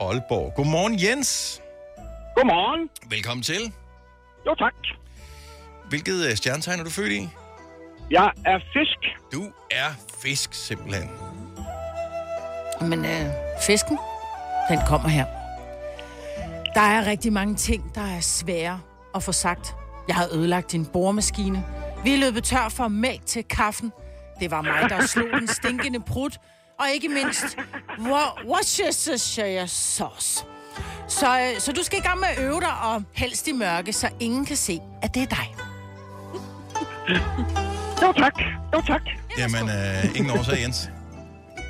S1: Aalborg. Godmorgen, Jens.
S8: Godmorgen.
S1: Velkommen til.
S8: Jo, tak.
S1: Hvilket øh, stjernetegn er du født i?
S8: Jeg er fisk.
S1: Du er fisk, simpelthen.
S2: Men øh, fisken, den kommer her. Der er rigtig mange ting, der er svære at få sagt. Jeg har ødelagt din boremaskine. Vi er løbet tør for mælk til kaffen. Det var mig, der slog den stinkende prut. Og ikke mindst, wha- what's your share sauce? Så, øh, så du skal i gang med at øve dig, og helst i mørke, så ingen kan se, at det er dig.
S8: Jo, tak. Jo, tak.
S1: Jamen, øh, ingen årsag, Jens.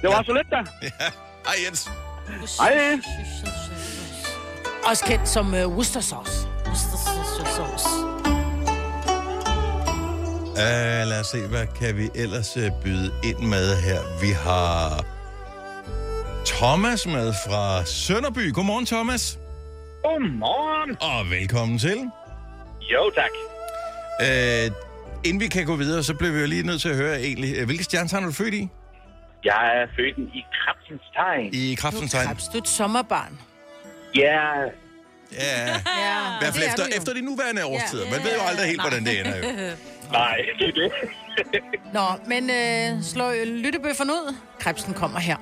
S8: Det var så let, da.
S1: <laughs> Ja. Hej, Jens.
S8: Hej.
S2: Også kendt som øh, Worcester sauce.
S1: Uh, lad os se, hvad kan vi ellers øh, byde ind med her? Vi har Thomas med fra Sønderby. Godmorgen, Thomas.
S8: Godmorgen.
S1: Og velkommen til.
S8: Jo, tak.
S1: Uh, inden vi kan gå videre, så bliver vi jo lige nødt til at høre egentlig, øh, hvilke stjernetegn er du født i?
S8: Jeg er født i krabsens tegn.
S1: I kraftens tegn.
S2: Krebs, du er et sommerbarn.
S8: Ja,
S1: Ja, i hvert
S2: det
S1: fald
S2: er
S1: efter,
S2: du jo.
S1: efter de nuværende årstider. Man ved jo aldrig helt, hvordan det ender. Jo.
S2: <laughs>
S8: nej, det er det.
S2: Nå, men øh, slå øh, lyttebøfferne ud. Krebsen kommer her.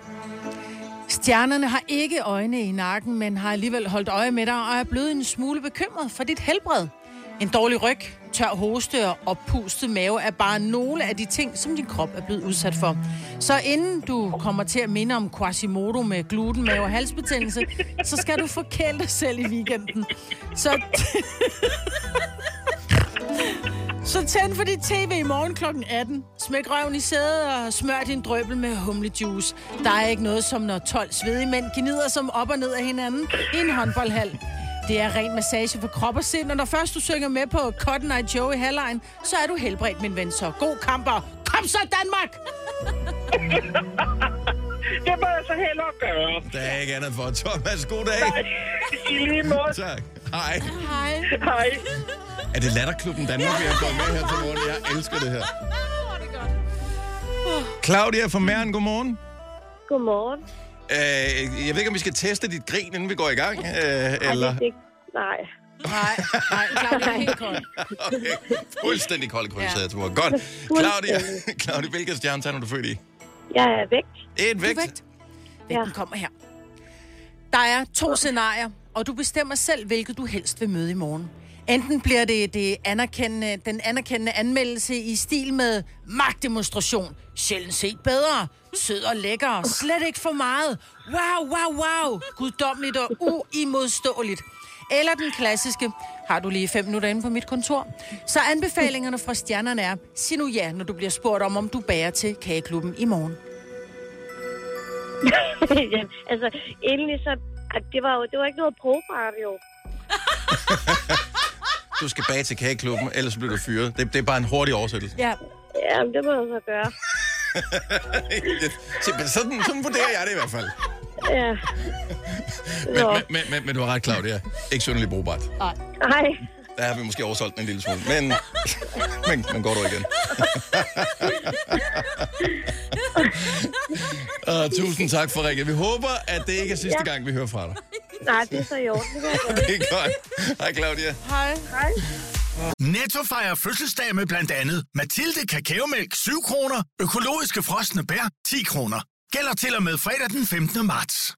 S2: Stjernerne har ikke øjne i nakken, men har alligevel holdt øje med dig og er blevet en smule bekymret for dit helbred. En dårlig ryg, tør hoste og oppustet mave er bare nogle af de ting, som din krop er blevet udsat for. Så inden du kommer til at minde om Quasimodo med gluten, mave og halsbetændelse, så skal du forkæle dig selv i weekenden. Så Så tænd for dit tv i morgen kl. 18. Smæk røven i sædet og smør din drøbel med humlejuice. Der er ikke noget som når 12 svedige mænd gnider som op og ned af hinanden i en håndboldhal. Det er ren massage for krop og sind, og når først du synger med på Cotton Eye Joe i halvlejen, så er du helbredt, min ven, så god kamp og kom så
S6: <laughs>
S2: Danmark!
S8: Det må jeg så hellere gøre.
S1: Der er ikke andet for. Thomas, god dag.
S8: Nej, i lige måde.
S1: Tak. Hej.
S2: Hej.
S8: Hej.
S1: Er det Latterklubben Danmark, vi har fået med her til morgen? Jeg elsker det her. Claudia fra Mæren, godmorgen.
S6: Godmorgen.
S1: Øh, jeg ved ikke, om vi skal teste dit grin, inden vi går i gang, øh, eller...
S6: Ej, det, nej.
S2: Nej, nej, Claudia er helt kold.
S1: Okay. Fuldstændig kold
S6: Ja.
S1: krydset, tror jeg. Godt. Claudia, <laughs> Claudia hvilket stjernetegn er du født i?
S6: Jeg er væk.
S1: En vægt.
S2: Vægten kommer her. Der er to scenarier, og du bestemmer selv, hvilket du helst vil møde i morgen. Enten bliver det, det anerkendende, den anerkendende anmeldelse i stil med magtdemonstration. Sjældent set bedre. Sød og lækker. Slet ikke for meget. Wow, wow, wow. Guddommeligt og uimodståeligt. Eller den klassiske, har du lige fem minutter inde på mit kontor? Så anbefalingerne fra stjernerne er, sig nu ja, når du bliver spurgt om, om du bærer til kageklubben i morgen.
S6: Jamen, altså, endelig så... at Det var jo det var ikke noget brugbart, jo.
S1: Du skal bage til kageklubben, ellers bliver du fyret. Det, det er bare en hurtig oversættelse. <laughs>
S2: Ja.
S6: Jamen, det må jeg så gøre.
S1: Sådan, sådan vurderer jeg det i hvert fald.
S6: Ja.
S1: Men, men, men, men, men du har ret, Claudia. Ikke synderligt brugbart.
S6: Nej. Nej.
S1: Der har vi måske oversolgt den en lille smule. Men, men, men går du igen. <laughs> Og tusind tak for ringen. Vi håber, at det ikke er sidste
S6: Ja.
S1: gang, vi hører fra dig.
S6: Nej, det er så i orden. Det kan jeg godt.
S1: Det er godt. Hej, Claudia.
S2: Hej.
S6: Hej.
S11: Netto fejrer fødselsdag med blandt andet Mathilde Kakaomælk 7 kroner, økologiske frosne bær 10 kroner. Gælder til og med fredag den 15. marts.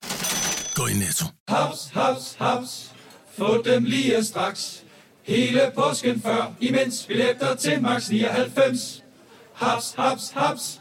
S11: Gå i Netto.
S12: Haps, haps, haps. Få dem lige straks. Hele påsken før, imens billetter til max 99. Haps, haps, haps.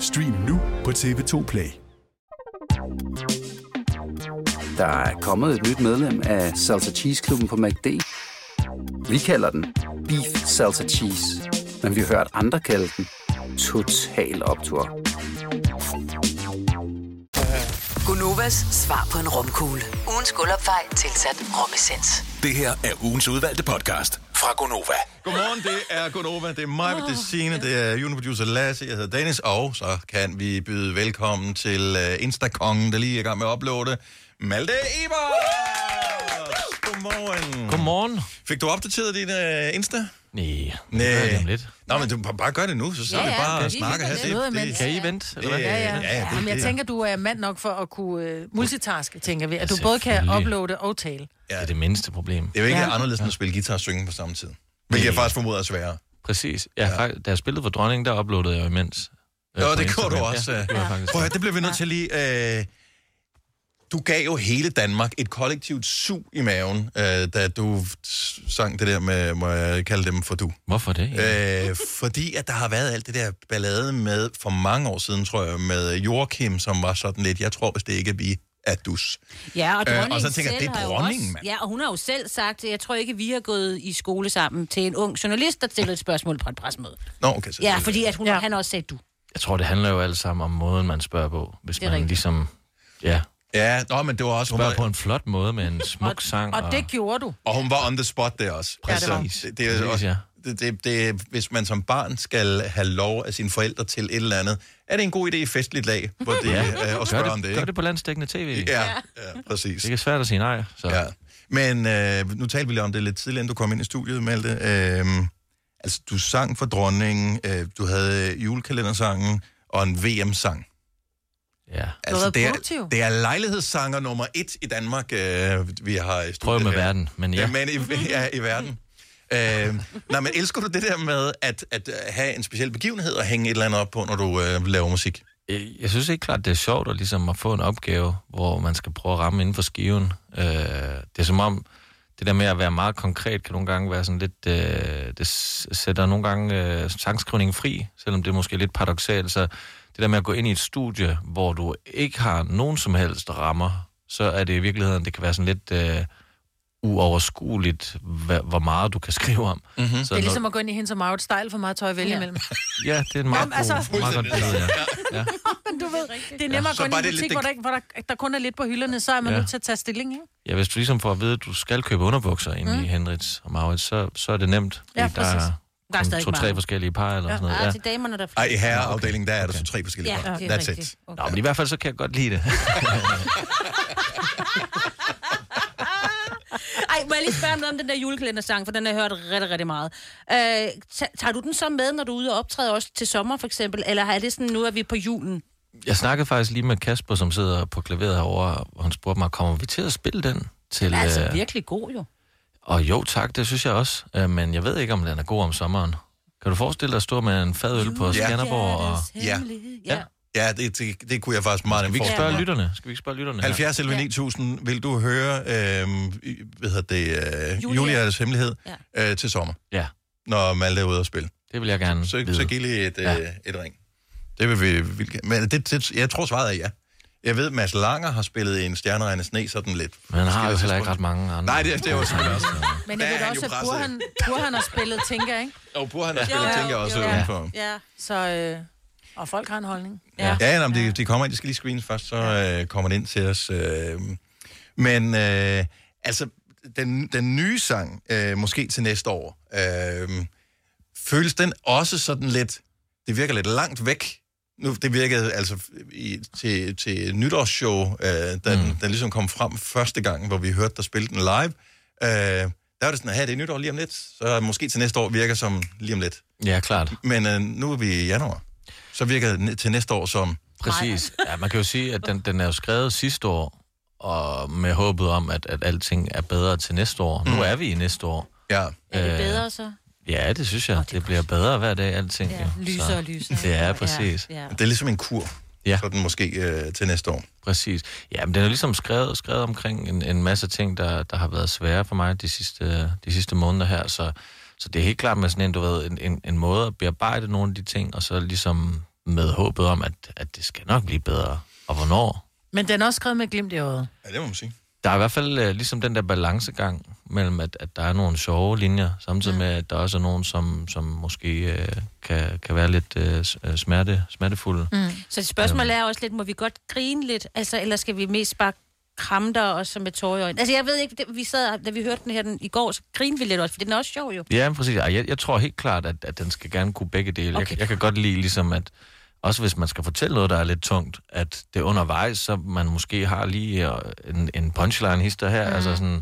S17: Stream nu på TV2 Play.
S18: Der er kommet et nyt medlem af Salsa Cheese Klubben på MACD. Vi kalder den Beef Salsa Cheese, men vi har hørt andre kalde den Total Optor.
S16: Gunovas svar på en romkugle. Ugens guldopfej tilsat romessens.
S11: Det her er ugens udvalgte podcast fra Gonova.
S1: Godmorgen, det er Godova, det er mig, det er Signe, det er juniorproducer Lasse, jeg hedder Dennis, og så kan vi byde velkommen til uh, Instakongen, der lige er i gang med at uploade, Malte Eber! Godmorgen. Godmorgen. Fik du opdateret din uh, Insta?
S3: Nej.
S1: Nej.
S3: Det om lidt.
S1: Nå, men du bare gør det nu, så sidder
S2: Ja,
S1: vi
S2: ja,
S1: bare
S2: kan
S1: og
S2: I
S1: snakker her.
S2: vente lidt? Noget imens? Kan I
S3: vente,
S1: Eller
S2: Ja, ja. ja,
S1: ja,
S2: Jamen, jeg tænker, du er mand nok for at kunne øh, multitaske, tænker vi. At du både kan
S3: selvfølgelig.
S2: uploade og tale.
S1: Ja. Det er
S3: det mindste problem.
S1: Det er jo ikke ja. anderledes end at spille guitar og synge på samme tid. Hvilket jeg faktisk formoder er sværere.
S3: Præcis. Jeg, ja. da jeg spillede for dronningen, der uploadede jeg jo imens. øh,
S1: Nå,
S3: på
S1: det
S3: Instagram.
S1: gjorde du også.
S3: Ja, det
S1: Ja.
S3: gjorde jeg faktisk.
S1: Prøv at høre, det bliver vi nødt til lige... Øh, du gav jo hele Danmark et kollektivt sug i maven, øh, da du sang det der med, må jeg kalde dem for du.
S3: Hvorfor det?
S1: Øh, fordi at der har været alt det der ballade med, for mange år siden, tror jeg, med Joachim, som var sådan lidt, jeg tror, hvis det ikke er vi, er dus.
S4: Ja, og dronningen
S1: og så tænker jeg,
S4: selv
S1: det
S4: har
S1: er
S4: jo
S1: dronningen,
S4: også-
S1: mand.
S4: Ja, og hun har jo selv sagt, jeg tror ikke, vi har gået i skole sammen til en ung journalist, der stillede et spørgsmål på et presmøde.
S3: Altså,
S1: Nå, okay, så
S4: Ja, fordi at hun, ja. han også sagde du.
S3: Jeg tror, det handler jo alt sammen om måden, man spørger på. Hvis
S4: Det er
S3: man
S4: rigtigt.
S3: ligesom... Ja.
S1: Ja, nå, men det var også...
S3: Spørger på en flot måde med en smuk sang.
S1: Ah.
S2: Og det gjorde du.
S1: Og hun var on the spot der også. Altså,
S3: Ja, det var hun.
S1: det, det, er
S3: Præcis,
S1: også,
S3: ja.
S1: det, det, det, hvis man som barn skal have lov af sine forældre til et eller andet, er det en god idé i festligt lag, hvor det,
S3: Ja.
S1: ja. øh,
S3: Gør
S1: at spørge
S3: det-
S1: om det.
S3: gør
S1: ikke?
S3: det på landsdækkende tv.
S1: Ja,
S3: Ja.
S1: ja præcis.
S3: Det er svært at sige nej. Så.
S1: Ja. Men øh, nu talte vi lidt om det lidt tidligere, inden du kom ind i studiet, Malte. Øh, altså, du sang for dronningen, øh, du havde julekalendersangen og en VM-sang.
S3: Ja.
S1: Altså,
S3: været
S1: det er,
S3: produktiv.
S1: det er lejlighedssanger nummer et i Danmark, øh, vi har i studiet
S3: Prøv med
S1: her.
S3: verden, men ja.
S1: men i, ja, i verden. Øh, nej, men elsker du det der med at, at have en speciel begivenhed og hænge et eller andet op på, når du øh, laver musik?
S3: Øh, Jeg- Jeg synes ikke klart, det er sjovt at, ligesom at få en opgave, hvor man skal prøve at ramme inden for skiven. Øh, det er som om, det der med at være meget konkret, kan nogle gange være sådan lidt... Øh, det s- sætter nogle gange øh, sangskrivningen fri, selvom det er måske lidt paradoxalt. Så det der med at gå ind i et studie, hvor du ikke har nogen som helst rammer, så er det i virkeligheden, det kan være sådan lidt... Øh, uoverskueligt, hva- hvor meget du kan skrive om. Mm-hmm. Så
S2: Det er ligesom at gå ind i hendes og Maud Style for meget tøj at vælge ja. imellem. <laughs>
S3: Ja, det er en meget,
S2: Jamen, altså-
S3: god, meget godt billede, ja. ja.
S2: Men du ved, det er nemmere at
S3: Så
S2: gå ind i
S3: bare det
S2: en
S3: er
S2: butik,
S3: lidt-
S2: hvor, der, ikke- hvor der, der kun er lidt på hylderne, så er man
S3: Ja.
S2: nødt til at tage stilling, ikke?
S3: Ja, hvis du ligesom får at vide, at du skal købe underbukser ind
S2: Mm.
S3: i Henrits og Maurits, så, så er det nemt.
S4: Ja,
S3: fordi der
S4: præcis.
S3: er,
S4: Der er
S3: kun
S4: stadig
S3: to-tre
S4: mange.
S3: forskellige par eller
S4: Ja.
S3: sådan
S4: Ah,
S3: noget.
S4: til damerne, der er
S1: Ej, i
S4: flere.
S1: herreafdelingen, der er der så tre forskellige
S4: Ja,
S1: par.
S4: det er
S1: That's
S4: rigtigt.
S1: it.
S3: Nå, men i hvert fald så kan
S1: <laughs>
S3: jeg godt lide det.
S4: Ej, Hey, må jeg lige spørge om noget om den der julekalendersang, for den har jeg hørt rigtig, rigtig meget. Øh, ta- tager du den så med, når du er ude og optræde også til sommer, for eksempel? Eller er det sådan, nu er vi på julen?
S3: Jeg snakkede faktisk lige med Kasper, som sidder på klaveret herovre, og han spurgte mig, kommer vi til at spille den? Til,
S4: Den er altså
S3: øh,
S4: virkelig god, jo.
S3: Og jo tak, det synes jeg også, øh, men jeg ved ikke, om den er god om sommeren. Kan du forestille dig at stå med en fadøl på Skanderborg? Og...
S1: Ja.
S4: Ja.
S1: Ja, det, det, det kunne jeg faktisk meget
S3: Skal vi ikke
S1: nemt forestille
S3: spørge
S1: mig.
S3: lytterne? Skal vi ikke spørge lytterne her?
S1: 70 11 9000, vil du høre øh, hvad hedder det, øh,
S3: Julia.
S1: Julias hemmelighed ja. øh, til sommer?
S3: Ja.
S1: Når Malte er ude at spille.
S3: Det vil jeg gerne
S1: Så, så
S3: vide.
S1: giv lige et,
S3: Ja.
S1: ja. øh, et ring. Det vil vi vildt gerne. Men det, det, jeg tror svaret er ja. Jeg ved, Mads Langer har spillet en stjerneregne sne sådan lidt.
S3: Men han har jo heller ikke ret mange andre.
S1: Nej, det, det er jo
S3: <laughs>
S1: sådan også.
S2: Men jeg
S1: Der
S2: ved
S1: er
S2: da
S1: han
S2: også, at
S1: jo presset.
S2: Burhan, Burhan har spillet Tænker, ikke?
S1: Og Burhan har spillet Tinker også udenfor.
S2: Ja, så... Øh, og folk har en holdning.
S1: Ja, ja jamen, de, de kommer ind. De skal lige screens først, så øh, kommer det ind til os. Øh. Men øh, altså, den, den nye sang, øh, måske til næste år, øh, føles den også sådan lidt... Det virker lidt langt væk. Nu, det virkede altså i, til, til nytårsshow, øh, da den, mm. den ligesom kom frem første gang, hvor vi hørte dig spille den live. Øh, der var det sådan, at hey, det er nytår lige om lidt, så måske til næste år virker som lige om lidt.
S3: Ja, klart.
S1: Men øh, nu er vi i januar. Så virker det til næste år som...
S3: Præcis. <laughs> Ja, man kan jo sige, at den, den er jo skrevet sidste år, og med håbet om, at, at alting er bedre til næste år. Mm. Nu er vi i næste år. Øh,
S1: Ja.
S4: Er det bedre så?
S3: Ja, det synes jeg. det, bliver bedre hver dag, alting.
S4: Ja,
S3: jo.
S4: lysere
S3: Så-
S4: og lysere.
S3: Ja, præcis.
S4: Ja, ja.
S1: Det er ligesom en kur,
S3: ja.
S1: så den måske øh, til næste år.
S3: Præcis. Ja, men den er ligesom skrevet, skrevet omkring en, en masse ting, der, der har været svære for mig de sidste, de sidste måneder her, så, så det er helt klart med sådan en, du ved, en, en, en måde at bearbejde nogle af de ting, og så ligesom med håbet om, at, at det skal nok blive bedre. Og hvornår?
S2: Men den er også skrevet med et glimt i øjet.
S1: Ja, det må man sige.
S3: Der er i hvert fald øh, ligesom den der balancegang mellem, at, at der er nogle sjove linjer, samtidig med, at der også er nogen, som, som måske øh, kan, kan være lidt øh, s- øh, smerte, smertefulde.
S4: Mm. Så spørgsmålet er også lidt, må vi godt grine lidt? Altså, eller skal vi mest bare kramme dig også med tårer i øjnene? Altså, jeg ved ikke, det, vi sad, da vi hørte den her den, i går, så grinede vi lidt også, for den er også sjov jo.
S3: Ja, men præcis. Ej, Jeg, jeg tror helt klart, at, at den skal gerne kunne begge dele. Okay. Jeg, jeg kan godt lide ligesom, at også hvis man skal fortælle noget, der er lidt tungt, at det er undervejs, så man måske har lige øh, en, en punchline-hister her. Mm. Altså sådan,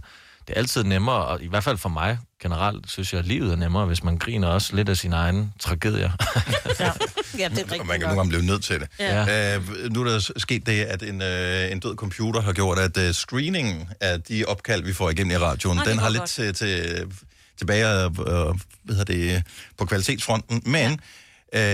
S3: det er altid nemmere, og i hvert fald for mig generelt, synes jeg, at livet er nemmere, hvis man griner også lidt af sine egne tragedier.
S4: <laughs>
S3: <laughs>
S4: ja, det er
S1: Og man kan nogle gange blive nødt til det.
S3: Ja.
S1: Øh, nu er der s- sket det, at en, øh, en død computer har gjort, at øh, screeningen af de opkald, vi får igennem i radioen,
S3: Nå, det
S1: den
S3: går
S1: har
S3: godt.
S1: lidt til, til, tilbage øh, hvad hedder det, øh, på kvalitetsfronten. Men ja.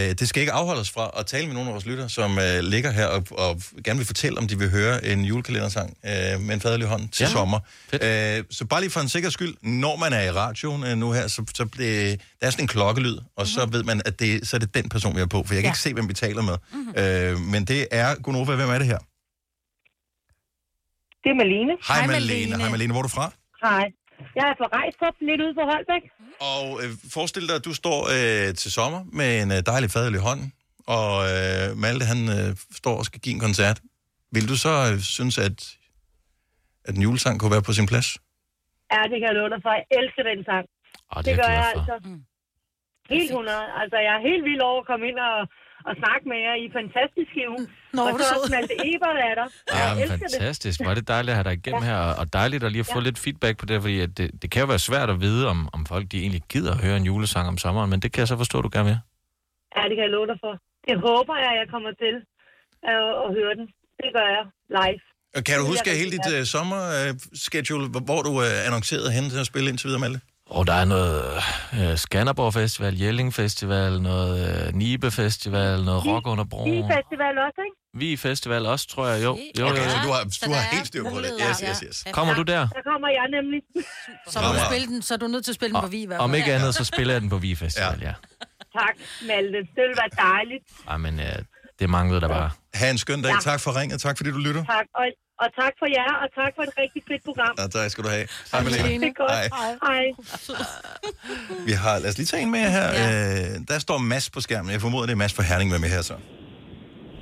S1: øh, det skal ikke afholde os fra at tale med nogle af vores lytter, som øh, ligger her og, og gerne vil fortælle, om de vil høre en julekalendersang øh, med en faderlig hånd til
S3: Ja.
S1: ja. sommer. Øh, så bare lige for en sikker skyld, når man er i radioen øh, nu her, så, så det, der er sådan en klokkelyd, og mm-hmm. så ved man, at det, så er det den person, vi er på, for
S6: Ja.
S1: jeg kan ja. ikke se, hvem vi taler med. Mm-hmm. Øh, men det er, Gunova, hvem er det her?
S6: Det er Malene.
S1: Hej Malene. Hej Malene, hvor er du fra?
S6: Hej. Jeg er fra Rejstrup, lidt ude på Holbæk.
S1: Og øh, forestil dig, at du står øh, til sommer med en øh, dejlig fadelig hånd, og øh, Malte, han øh, står og skal give en koncert. Vil du så øh, synes, at, at en julesang kunne være på sin plads?
S6: Ja, det kan jeg love dig for. Jeg elsker den sang.
S1: Åh, det er
S6: det
S1: jeg
S6: gør
S1: glad
S6: jeg
S1: for.
S6: altså.
S2: Mm.
S6: Helt 100. Altså, jeg er helt vild over at komme ind og, og snakke med jer. I er fantastiske jo.
S2: Nå,
S6: og
S2: hvor
S6: så
S2: sød.
S6: også Malte Ebert er der.
S3: Ja,
S6: jeg
S3: men
S6: elsker
S3: fantastisk. Var det dejligt at have dig igennem her, og- og dejligt at lige at få
S6: Ja.
S3: lidt feedback på det, fordi at det, det kan jo være svært at vide, om, om folk de egentlig gider at høre en julesang om sommeren, men det kan jeg så forstå, du gerne vil.
S6: det. Ja, det kan jeg love dig for. Det håber jeg, jeg kommer til øh, at høre den. Det gør jeg live.
S1: Og Øh, kan du
S6: Det
S1: huske
S6: vil jeg
S1: hele dit
S6: rigtig
S1: øh, sommerschedule, hvor, hvor du øh, annoncerede hen til at spille indtil videre, Malte?
S3: Og der er noget øh, Skanderborg Festival, Jelling Festival, noget øh, Nibe Festival, noget
S1: øh,
S3: Rock under
S6: I
S3: broen.
S6: festival også, ikke?
S3: Vi Festival også, tror jeg. Jo, jo, jo.
S1: Okay, så du har-
S6: Så du har der er helt
S1: styr på det. Yes, yes, yes.
S3: Kommer du der?
S6: Der kommer jeg nemlig.
S2: Så, må du
S3: Fremragende.
S2: spille den, så er du nødt til at spille den på vi i hvert fald.
S3: Om ikke andet, så spiller jeg den på Vi Festival, ja. Ah,
S6: Tak, Malte. Det ville være dejligt.
S3: Ej, men øh, det manglede der bare.
S1: Ha' en skøn dag.
S6: Ja.
S1: Tak for ringet. Tak fordi du lytter.
S6: Tak. Og, og tak for jer, og tak for et rigtig fedt program.
S1: Ja, tak skal du have. Hej,
S6: Det
S1: Malene.
S6: er godt.
S1: Hej.
S6: Hej.
S1: Vi har, lad os lige tage en med her. Ja. Øh, der står Mads på skærmen. Jeg formoder, det er Mads fra Herning, med med her så.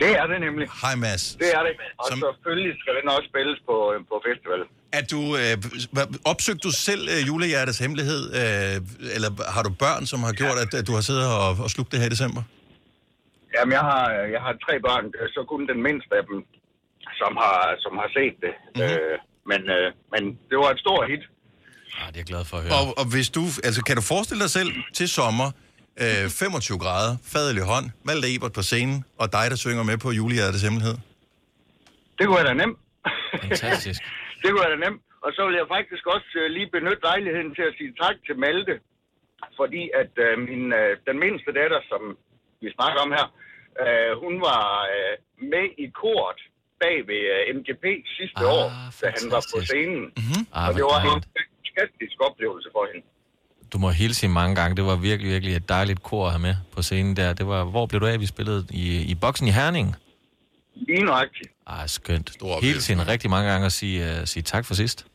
S19: Det er det nemlig.
S1: Hej Mads.
S19: Det er det. Og Som... selvfølgelig skal den også spilles på, øh, på festival.
S1: At du, øh, hva- opsøgte du selv øh, julehjertets hemmelighed, øh, eller har du børn, som har gjort, at, at du har siddet og, og slugt det her i december?
S19: Jamen, jeg har, øh, jeg har tre børn, så kun den mindste af dem,
S1: Mhm.
S19: som har, som har set det. Mm-hmm. Øh, men, øh, men det var et stort hit.
S3: Ah, det er jeg glad for at høre.
S1: Og, og hvis du, altså, kan du forestille dig selv til sommer, øh, 25 grader, fadelig hånd, Malte Ebert på scenen, og dig, der synger med på Julehjertes Hemmelighed?
S19: Det kunne jeg da nemt.
S3: Fantastisk.
S19: <laughs> det kunne jeg da nemt. Og så vil jeg faktisk også øh, lige benytte lejligheden til at sige tak til Malte, fordi at øh, min, øh, den mindste datter, som vi snakker om her, øh, hun var øh, med i kort bag ved øh, MGP sidste ah, år, da han var på scenen. Mm-hmm.
S3: Ah,
S19: og det
S3: hvor
S19: var en
S3: dejligt.
S19: fantastisk oplevelse for hende.
S3: Du må hilse hende mange gange. Det var virkelig, virkelig et dejligt kor at have med på scenen der. Det var, hvor blev du af, vi spillede i, i boksen i Herning?
S19: Lige nøjagtigt.
S3: Ah, skønt. Hils hende rigtig mange gange og sige, uh, sige tak for sidst.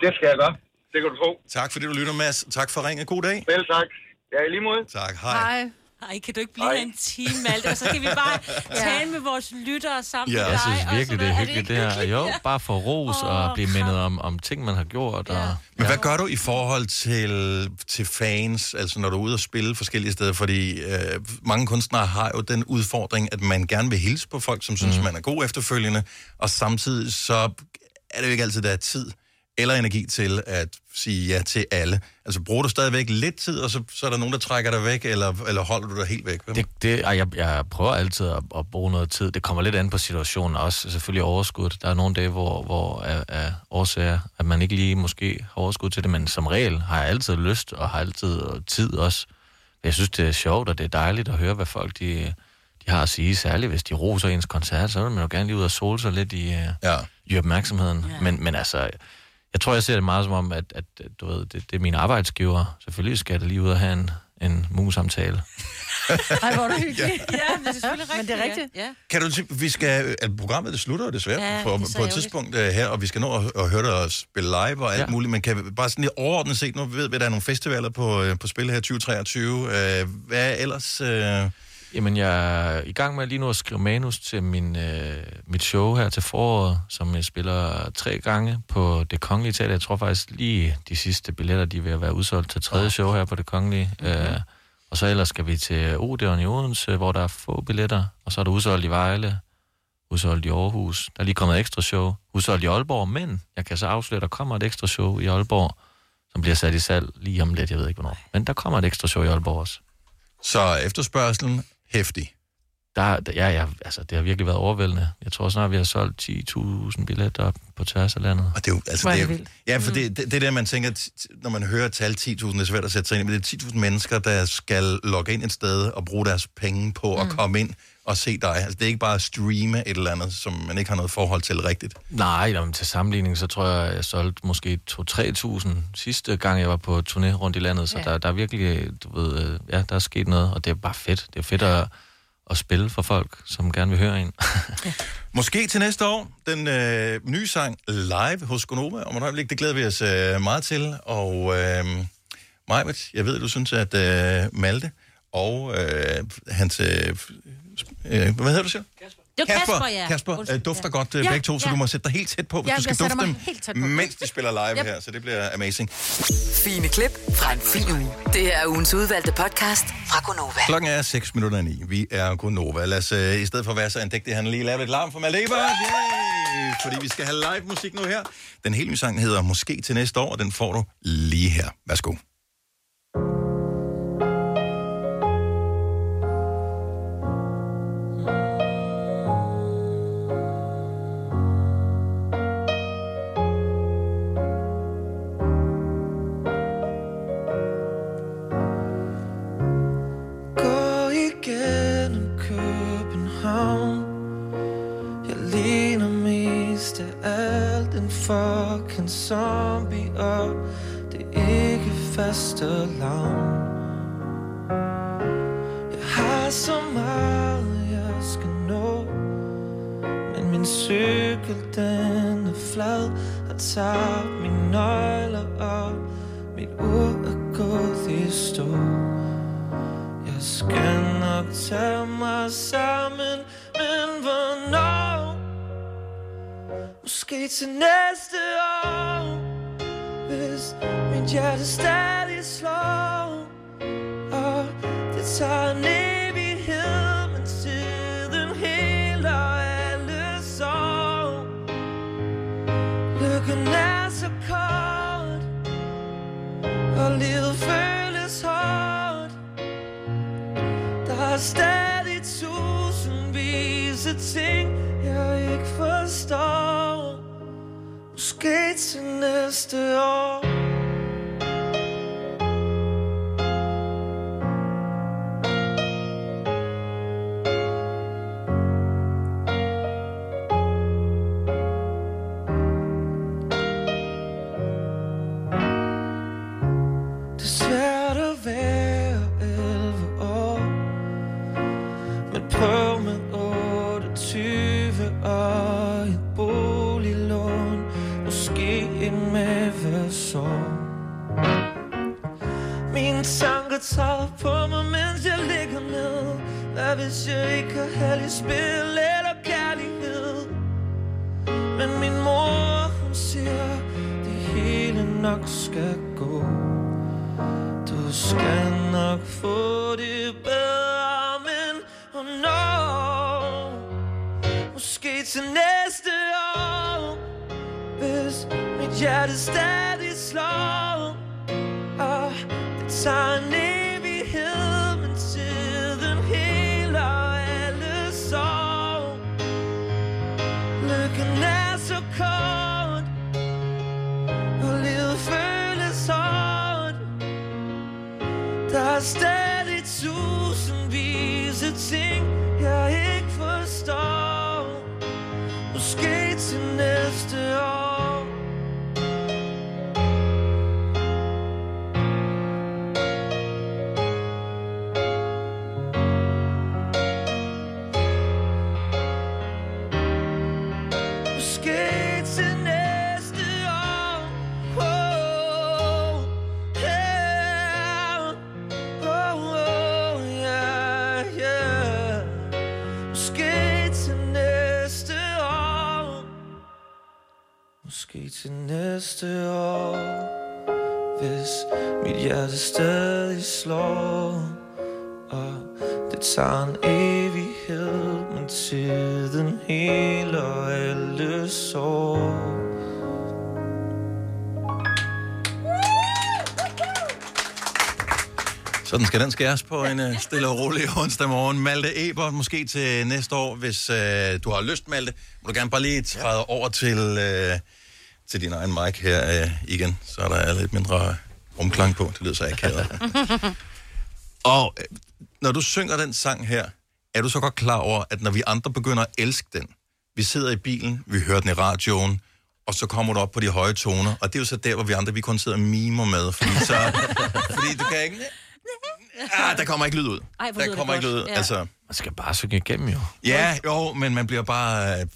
S19: Det skal jeg gøre. Det kan du tro.
S1: Tak fordi du lytter, Mads. Tak for ringen. God dag.
S19: Vel tak. Ja, i lige måde.
S1: Tak. Hej.
S4: Hej. Ej, kan du ikke blive her en time, Malte? Og så skal vi
S1: <laughs>
S4: bare tale med vores lyttere sammen med
S3: Ja,
S4: dig.
S3: jeg synes
S4: og sådan
S3: virkelig, det er
S4: noget.
S3: hyggeligt det, her. Jo, bare få ros og blive mindet om, om ting, man har gjort. Og,
S1: Men hvad gør du i forhold til, til fans, altså når du er ude og spille forskellige steder? Fordi øh, mange kunstnere har jo den udfordring, at man gerne vil hilse på folk, som synes, mm. man er god efterfølgende, og samtidig så er det jo ikke altid, der er tid eller energi til at sige ja til alle. Altså bruger du stadigvæk lidt tid, og så, så er der nogen, der trækker dig væk, eller, eller holder du dig helt væk? Hvem?
S3: Det, det, ej, jeg, jeg prøver altid at, at bruge noget tid. Det kommer lidt an på situationen også. Selvfølgelig overskud. Der er nogle dage, hvor, hvor af, af årsager, at man ikke lige måske har overskud til det, men som regel har jeg altid lyst og har altid tid også. Jeg synes, det er sjovt, og det er dejligt at høre, hvad folk de, de har at sige. Særligt hvis de roser ens koncert, så vil man jo gerne lige ud og sole sig lidt i, øh,
S1: ja.
S3: i opmærksomheden. Ja. Men, men altså, jeg tror, jeg ser det meget som om, at, at du ved, det, det er mine arbejdsgiver. Selvfølgelig skal jeg da lige ud og have en, en mus-samtale.
S2: Ej,
S4: <laughs>
S2: hvor er det hyggeligt.
S4: Ja, men det er selvfølgelig rigtigt.
S2: Men det er rigtigt.
S4: Ja.
S1: Kan du sige, vi skal, at programmet det slutter jo desværre
S4: Ja,
S1: ja, på,
S4: det er
S1: det
S4: så
S1: på et
S4: ærgerligt.
S1: tidspunkt uh, her, og vi skal nå at, at høre dig spille live og alt ja. muligt, men kan vi bare sådan lige overordnet set, nu ved vi, at der er nogle festivaler på, øh, på spil her i 2023. Uh, hvad ellers? Uh...
S3: Jamen, jeg er i gang med lige nu at skrive manus til min, øh, mit show her til foråret, som jeg spiller tre gange på Det Kongelige Teater. Jeg tror faktisk lige de sidste billetter, de er ved at være udsolgt til tredje show her på Det Kongelige. Okay. Øh, og så ellers skal vi til Odeon i Odense, hvor der er få billetter, og så er der udsolgt i Vejle, udsolgt i Aarhus. Der er lige kommet et ekstra show, udsolgt i Aalborg, men jeg kan så afsløre, at der kommer et ekstra show i Aalborg, som bliver sat i salg lige om lidt, jeg ved ikke hvornår. Men der kommer et ekstra show i Aalborg også.
S1: Så efterspørgselen, hæftig.
S3: Der, der- ja, ja, altså, det har virkelig været overvældende. Jeg tror snart, vi har solgt 10.000 billetter på tværs af landet.
S1: Og det er jo, altså, det er, vildt. Ja, for det, det, det er der, man tænker, t- t- når man hører tal 10.000, det er svært at sætte sig ind i, men det er 10.000 mennesker, der skal logge ind et sted og bruge deres penge på at
S3: Mm.
S1: komme ind og se dig. Altså, det er ikke bare at streame et eller andet, som man ikke har noget forhold til rigtigt.
S3: Nej, jamen, til sammenligning, så tror jeg, jeg solgte måske 2-3.000 sidste gang, jeg var på turné rundt i landet. Så
S1: Ja.
S3: ja. der, der er virkelig, du ved, øh, ja, der er sket noget, og det er bare fedt. Det er fedt at, at spille for folk, som gerne vil
S1: <laughs>
S3: høre en.
S1: Måske til næste år, den øh, nye sang live hos Gonova. Om et øjeblik, det glæder vi os øh, meget til. Og øh, Majbet, jeg ved, du synes, at øh, Malte og øh, hans... Øh, øh, hvad hedder du selv?
S4: Det var Kasper, ja.
S1: Kasper øh,
S4: Undskyld,
S1: dufter
S4: ja.
S1: godt øh,
S4: Ja,
S1: begge to, så
S4: ja.
S1: du må sætte dig helt tæt på, hvis
S4: Ja,
S1: du
S4: jeg
S1: skal
S4: sætter
S1: dufte
S4: mig
S1: dem,
S4: helt tæt på.
S1: mens de spiller live
S16: Yep.
S1: yep. her, så det bliver amazing.
S16: Fine klip fra en fin uge. Det her er ugens udvalgte podcast fra Gonova.
S1: Klokken er 6 minutter i 9. Vi er Gonova. Lad os øh, i stedet for at være så andægtige, han lige lave lidt larm for Maleba. Yay! Fordi vi skal have live musik nu her. Den helt nye sang hedder Måske til næste år, og den får du lige her. Værsgo.
S7: Gå igennem København Jeg ligner mest af alt en fucking zombie Og det er ikke faste lavn Jeg har så meget jeg skal nå Men min cykel den er flad Har tabt mine nøgler og mit ur er gået i stå jeg skal nok tage mig sammen, men hvornår? Måske til næste år, hvis mit hjerte stadig slår. Og det tager en evighed, men tiden heler alle sår. Lykken er så kort, livet føles hårdt Der er stadig tusindvis af ting, jeg ikke forstår Måske til næste år Det er svært at være 11 år Men prøv med 28 og et boliglån Måske en mavesår Mine tanker tager på mig, mens jeg ligger ned Hvad hvis jeg ikke har held i spil eller kærlighed Men min mor, hun siger Det hele nok skal gå du skal nok få det bedre, men oh no Måske til næste år Hvis mit hjerte stadig slår Og det tager en evighed, men tiden heler alle sår Lykken er så kort Og livet føles hårdt der er stadig tusindvis af ting, jeg ikke forstår Måske til næste år Måske til næste år oh, yeah. Oh, yeah, yeah. Måske til næste år Måske til næste år Hvis mit hjerte stadig slår Og det tager en evighed Men tiden heler alle sår
S1: Sådan skal den skæres på en øh, stille og rolig onsdag morgen. Malte Eber, måske til næste år, hvis øh, du har lyst, Malte. Må du gerne bare lige træde ja. over til, øh, til din egen mic her øh, igen, så der er lidt mindre rumklang på. Det lyder så
S4: <laughs>
S1: akavet. og øh, når du synger den sang her, er du så godt klar over, at når vi andre begynder at elske den, vi sidder i bilen, vi hører den i radioen, og så kommer du op på de høje toner, og det er jo så der, hvor vi andre, vi kun sidder og mimer med, fordi
S4: <laughs>
S1: så... fordi du kan ikke... Ah, der kommer ikke lyd ud.
S4: Ej, hvor lyder
S1: der
S4: det
S1: kommer ikke
S4: godt.
S1: lyd ud.
S4: Ja.
S1: Altså,
S3: Man skal bare synge igennem jo.
S1: Ja, jo, men man bliver bare... øh,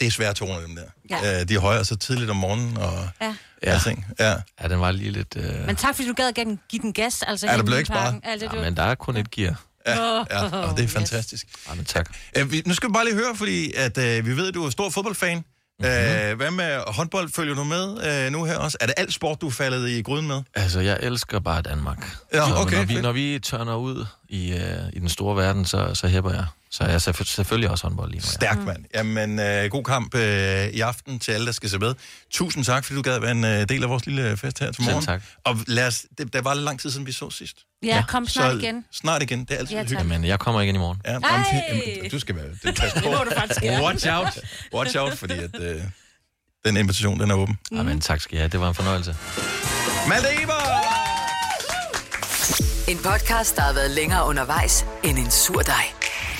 S1: Det er svære toner, dem der.
S4: Ja.
S1: Ja. Øh, de er højere så tidligt om morgenen og
S4: Ja.
S1: ja. alting. Ja.
S3: ja, den var lige lidt... Øh...
S4: Men tak, fordi du gad at give den, give den gas. Altså,
S1: Ja, der
S4: hele
S1: blev ikke
S4: pakken.
S1: sparet.
S4: Alt det, du...
S3: Ja, men der er kun et gear.
S1: Ja, ja.
S4: Åh,
S1: Og det er fantastisk.
S3: Ja, men tak.
S1: Øh, vi, nu skal vi bare lige høre, fordi at, øh, vi ved, at du er stor fodboldfan.
S3: Mhm.
S1: Mm-hmm. Øh, hvad med håndbold? Følger du med øh, nu her også? Er det alt sport, du er faldet i gryden med?
S3: Altså, jeg elsker bare Danmark.
S1: Ja,
S3: så,
S1: okay,
S3: når, vi,
S1: fedt.
S3: når vi tørner ud i, øh, i den store verden, så, så hæpper jeg. Så jeg er selvfø- selvfølgelig også håndbold lige nu. Ja.
S4: Mm.
S1: Stærkt, mand. Jamen, øh, god kamp øh, i aften til alle, der skal se med. Tusind tak, fordi du gad være en øh, del af vores lille fest her til
S3: Selv
S1: morgen.
S3: tak.
S1: Og lad os, det, der var lang tid siden, vi så sidst.
S4: Ja, kom snart
S1: så,
S4: igen.
S1: Snart igen, det er altid
S4: Ja,
S1: ja,
S4: tak.
S1: hyggeligt.
S3: Men jeg kommer igen i morgen.
S1: Ja,
S4: Ej!
S1: om, jamen, du skal være det, pas på.
S4: Det må du faktisk gerne.
S1: Watch out. Watch out, fordi at, øh, den invitation, den er åben.
S3: Mm. Jamen, tak skal jeg have. Det var en fornøjelse.
S1: Malte Eber!
S16: En podcast, der har været længere undervejs end en sur dej.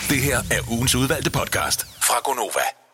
S10: Det her er ugens udvalgte podcast fra Gonova.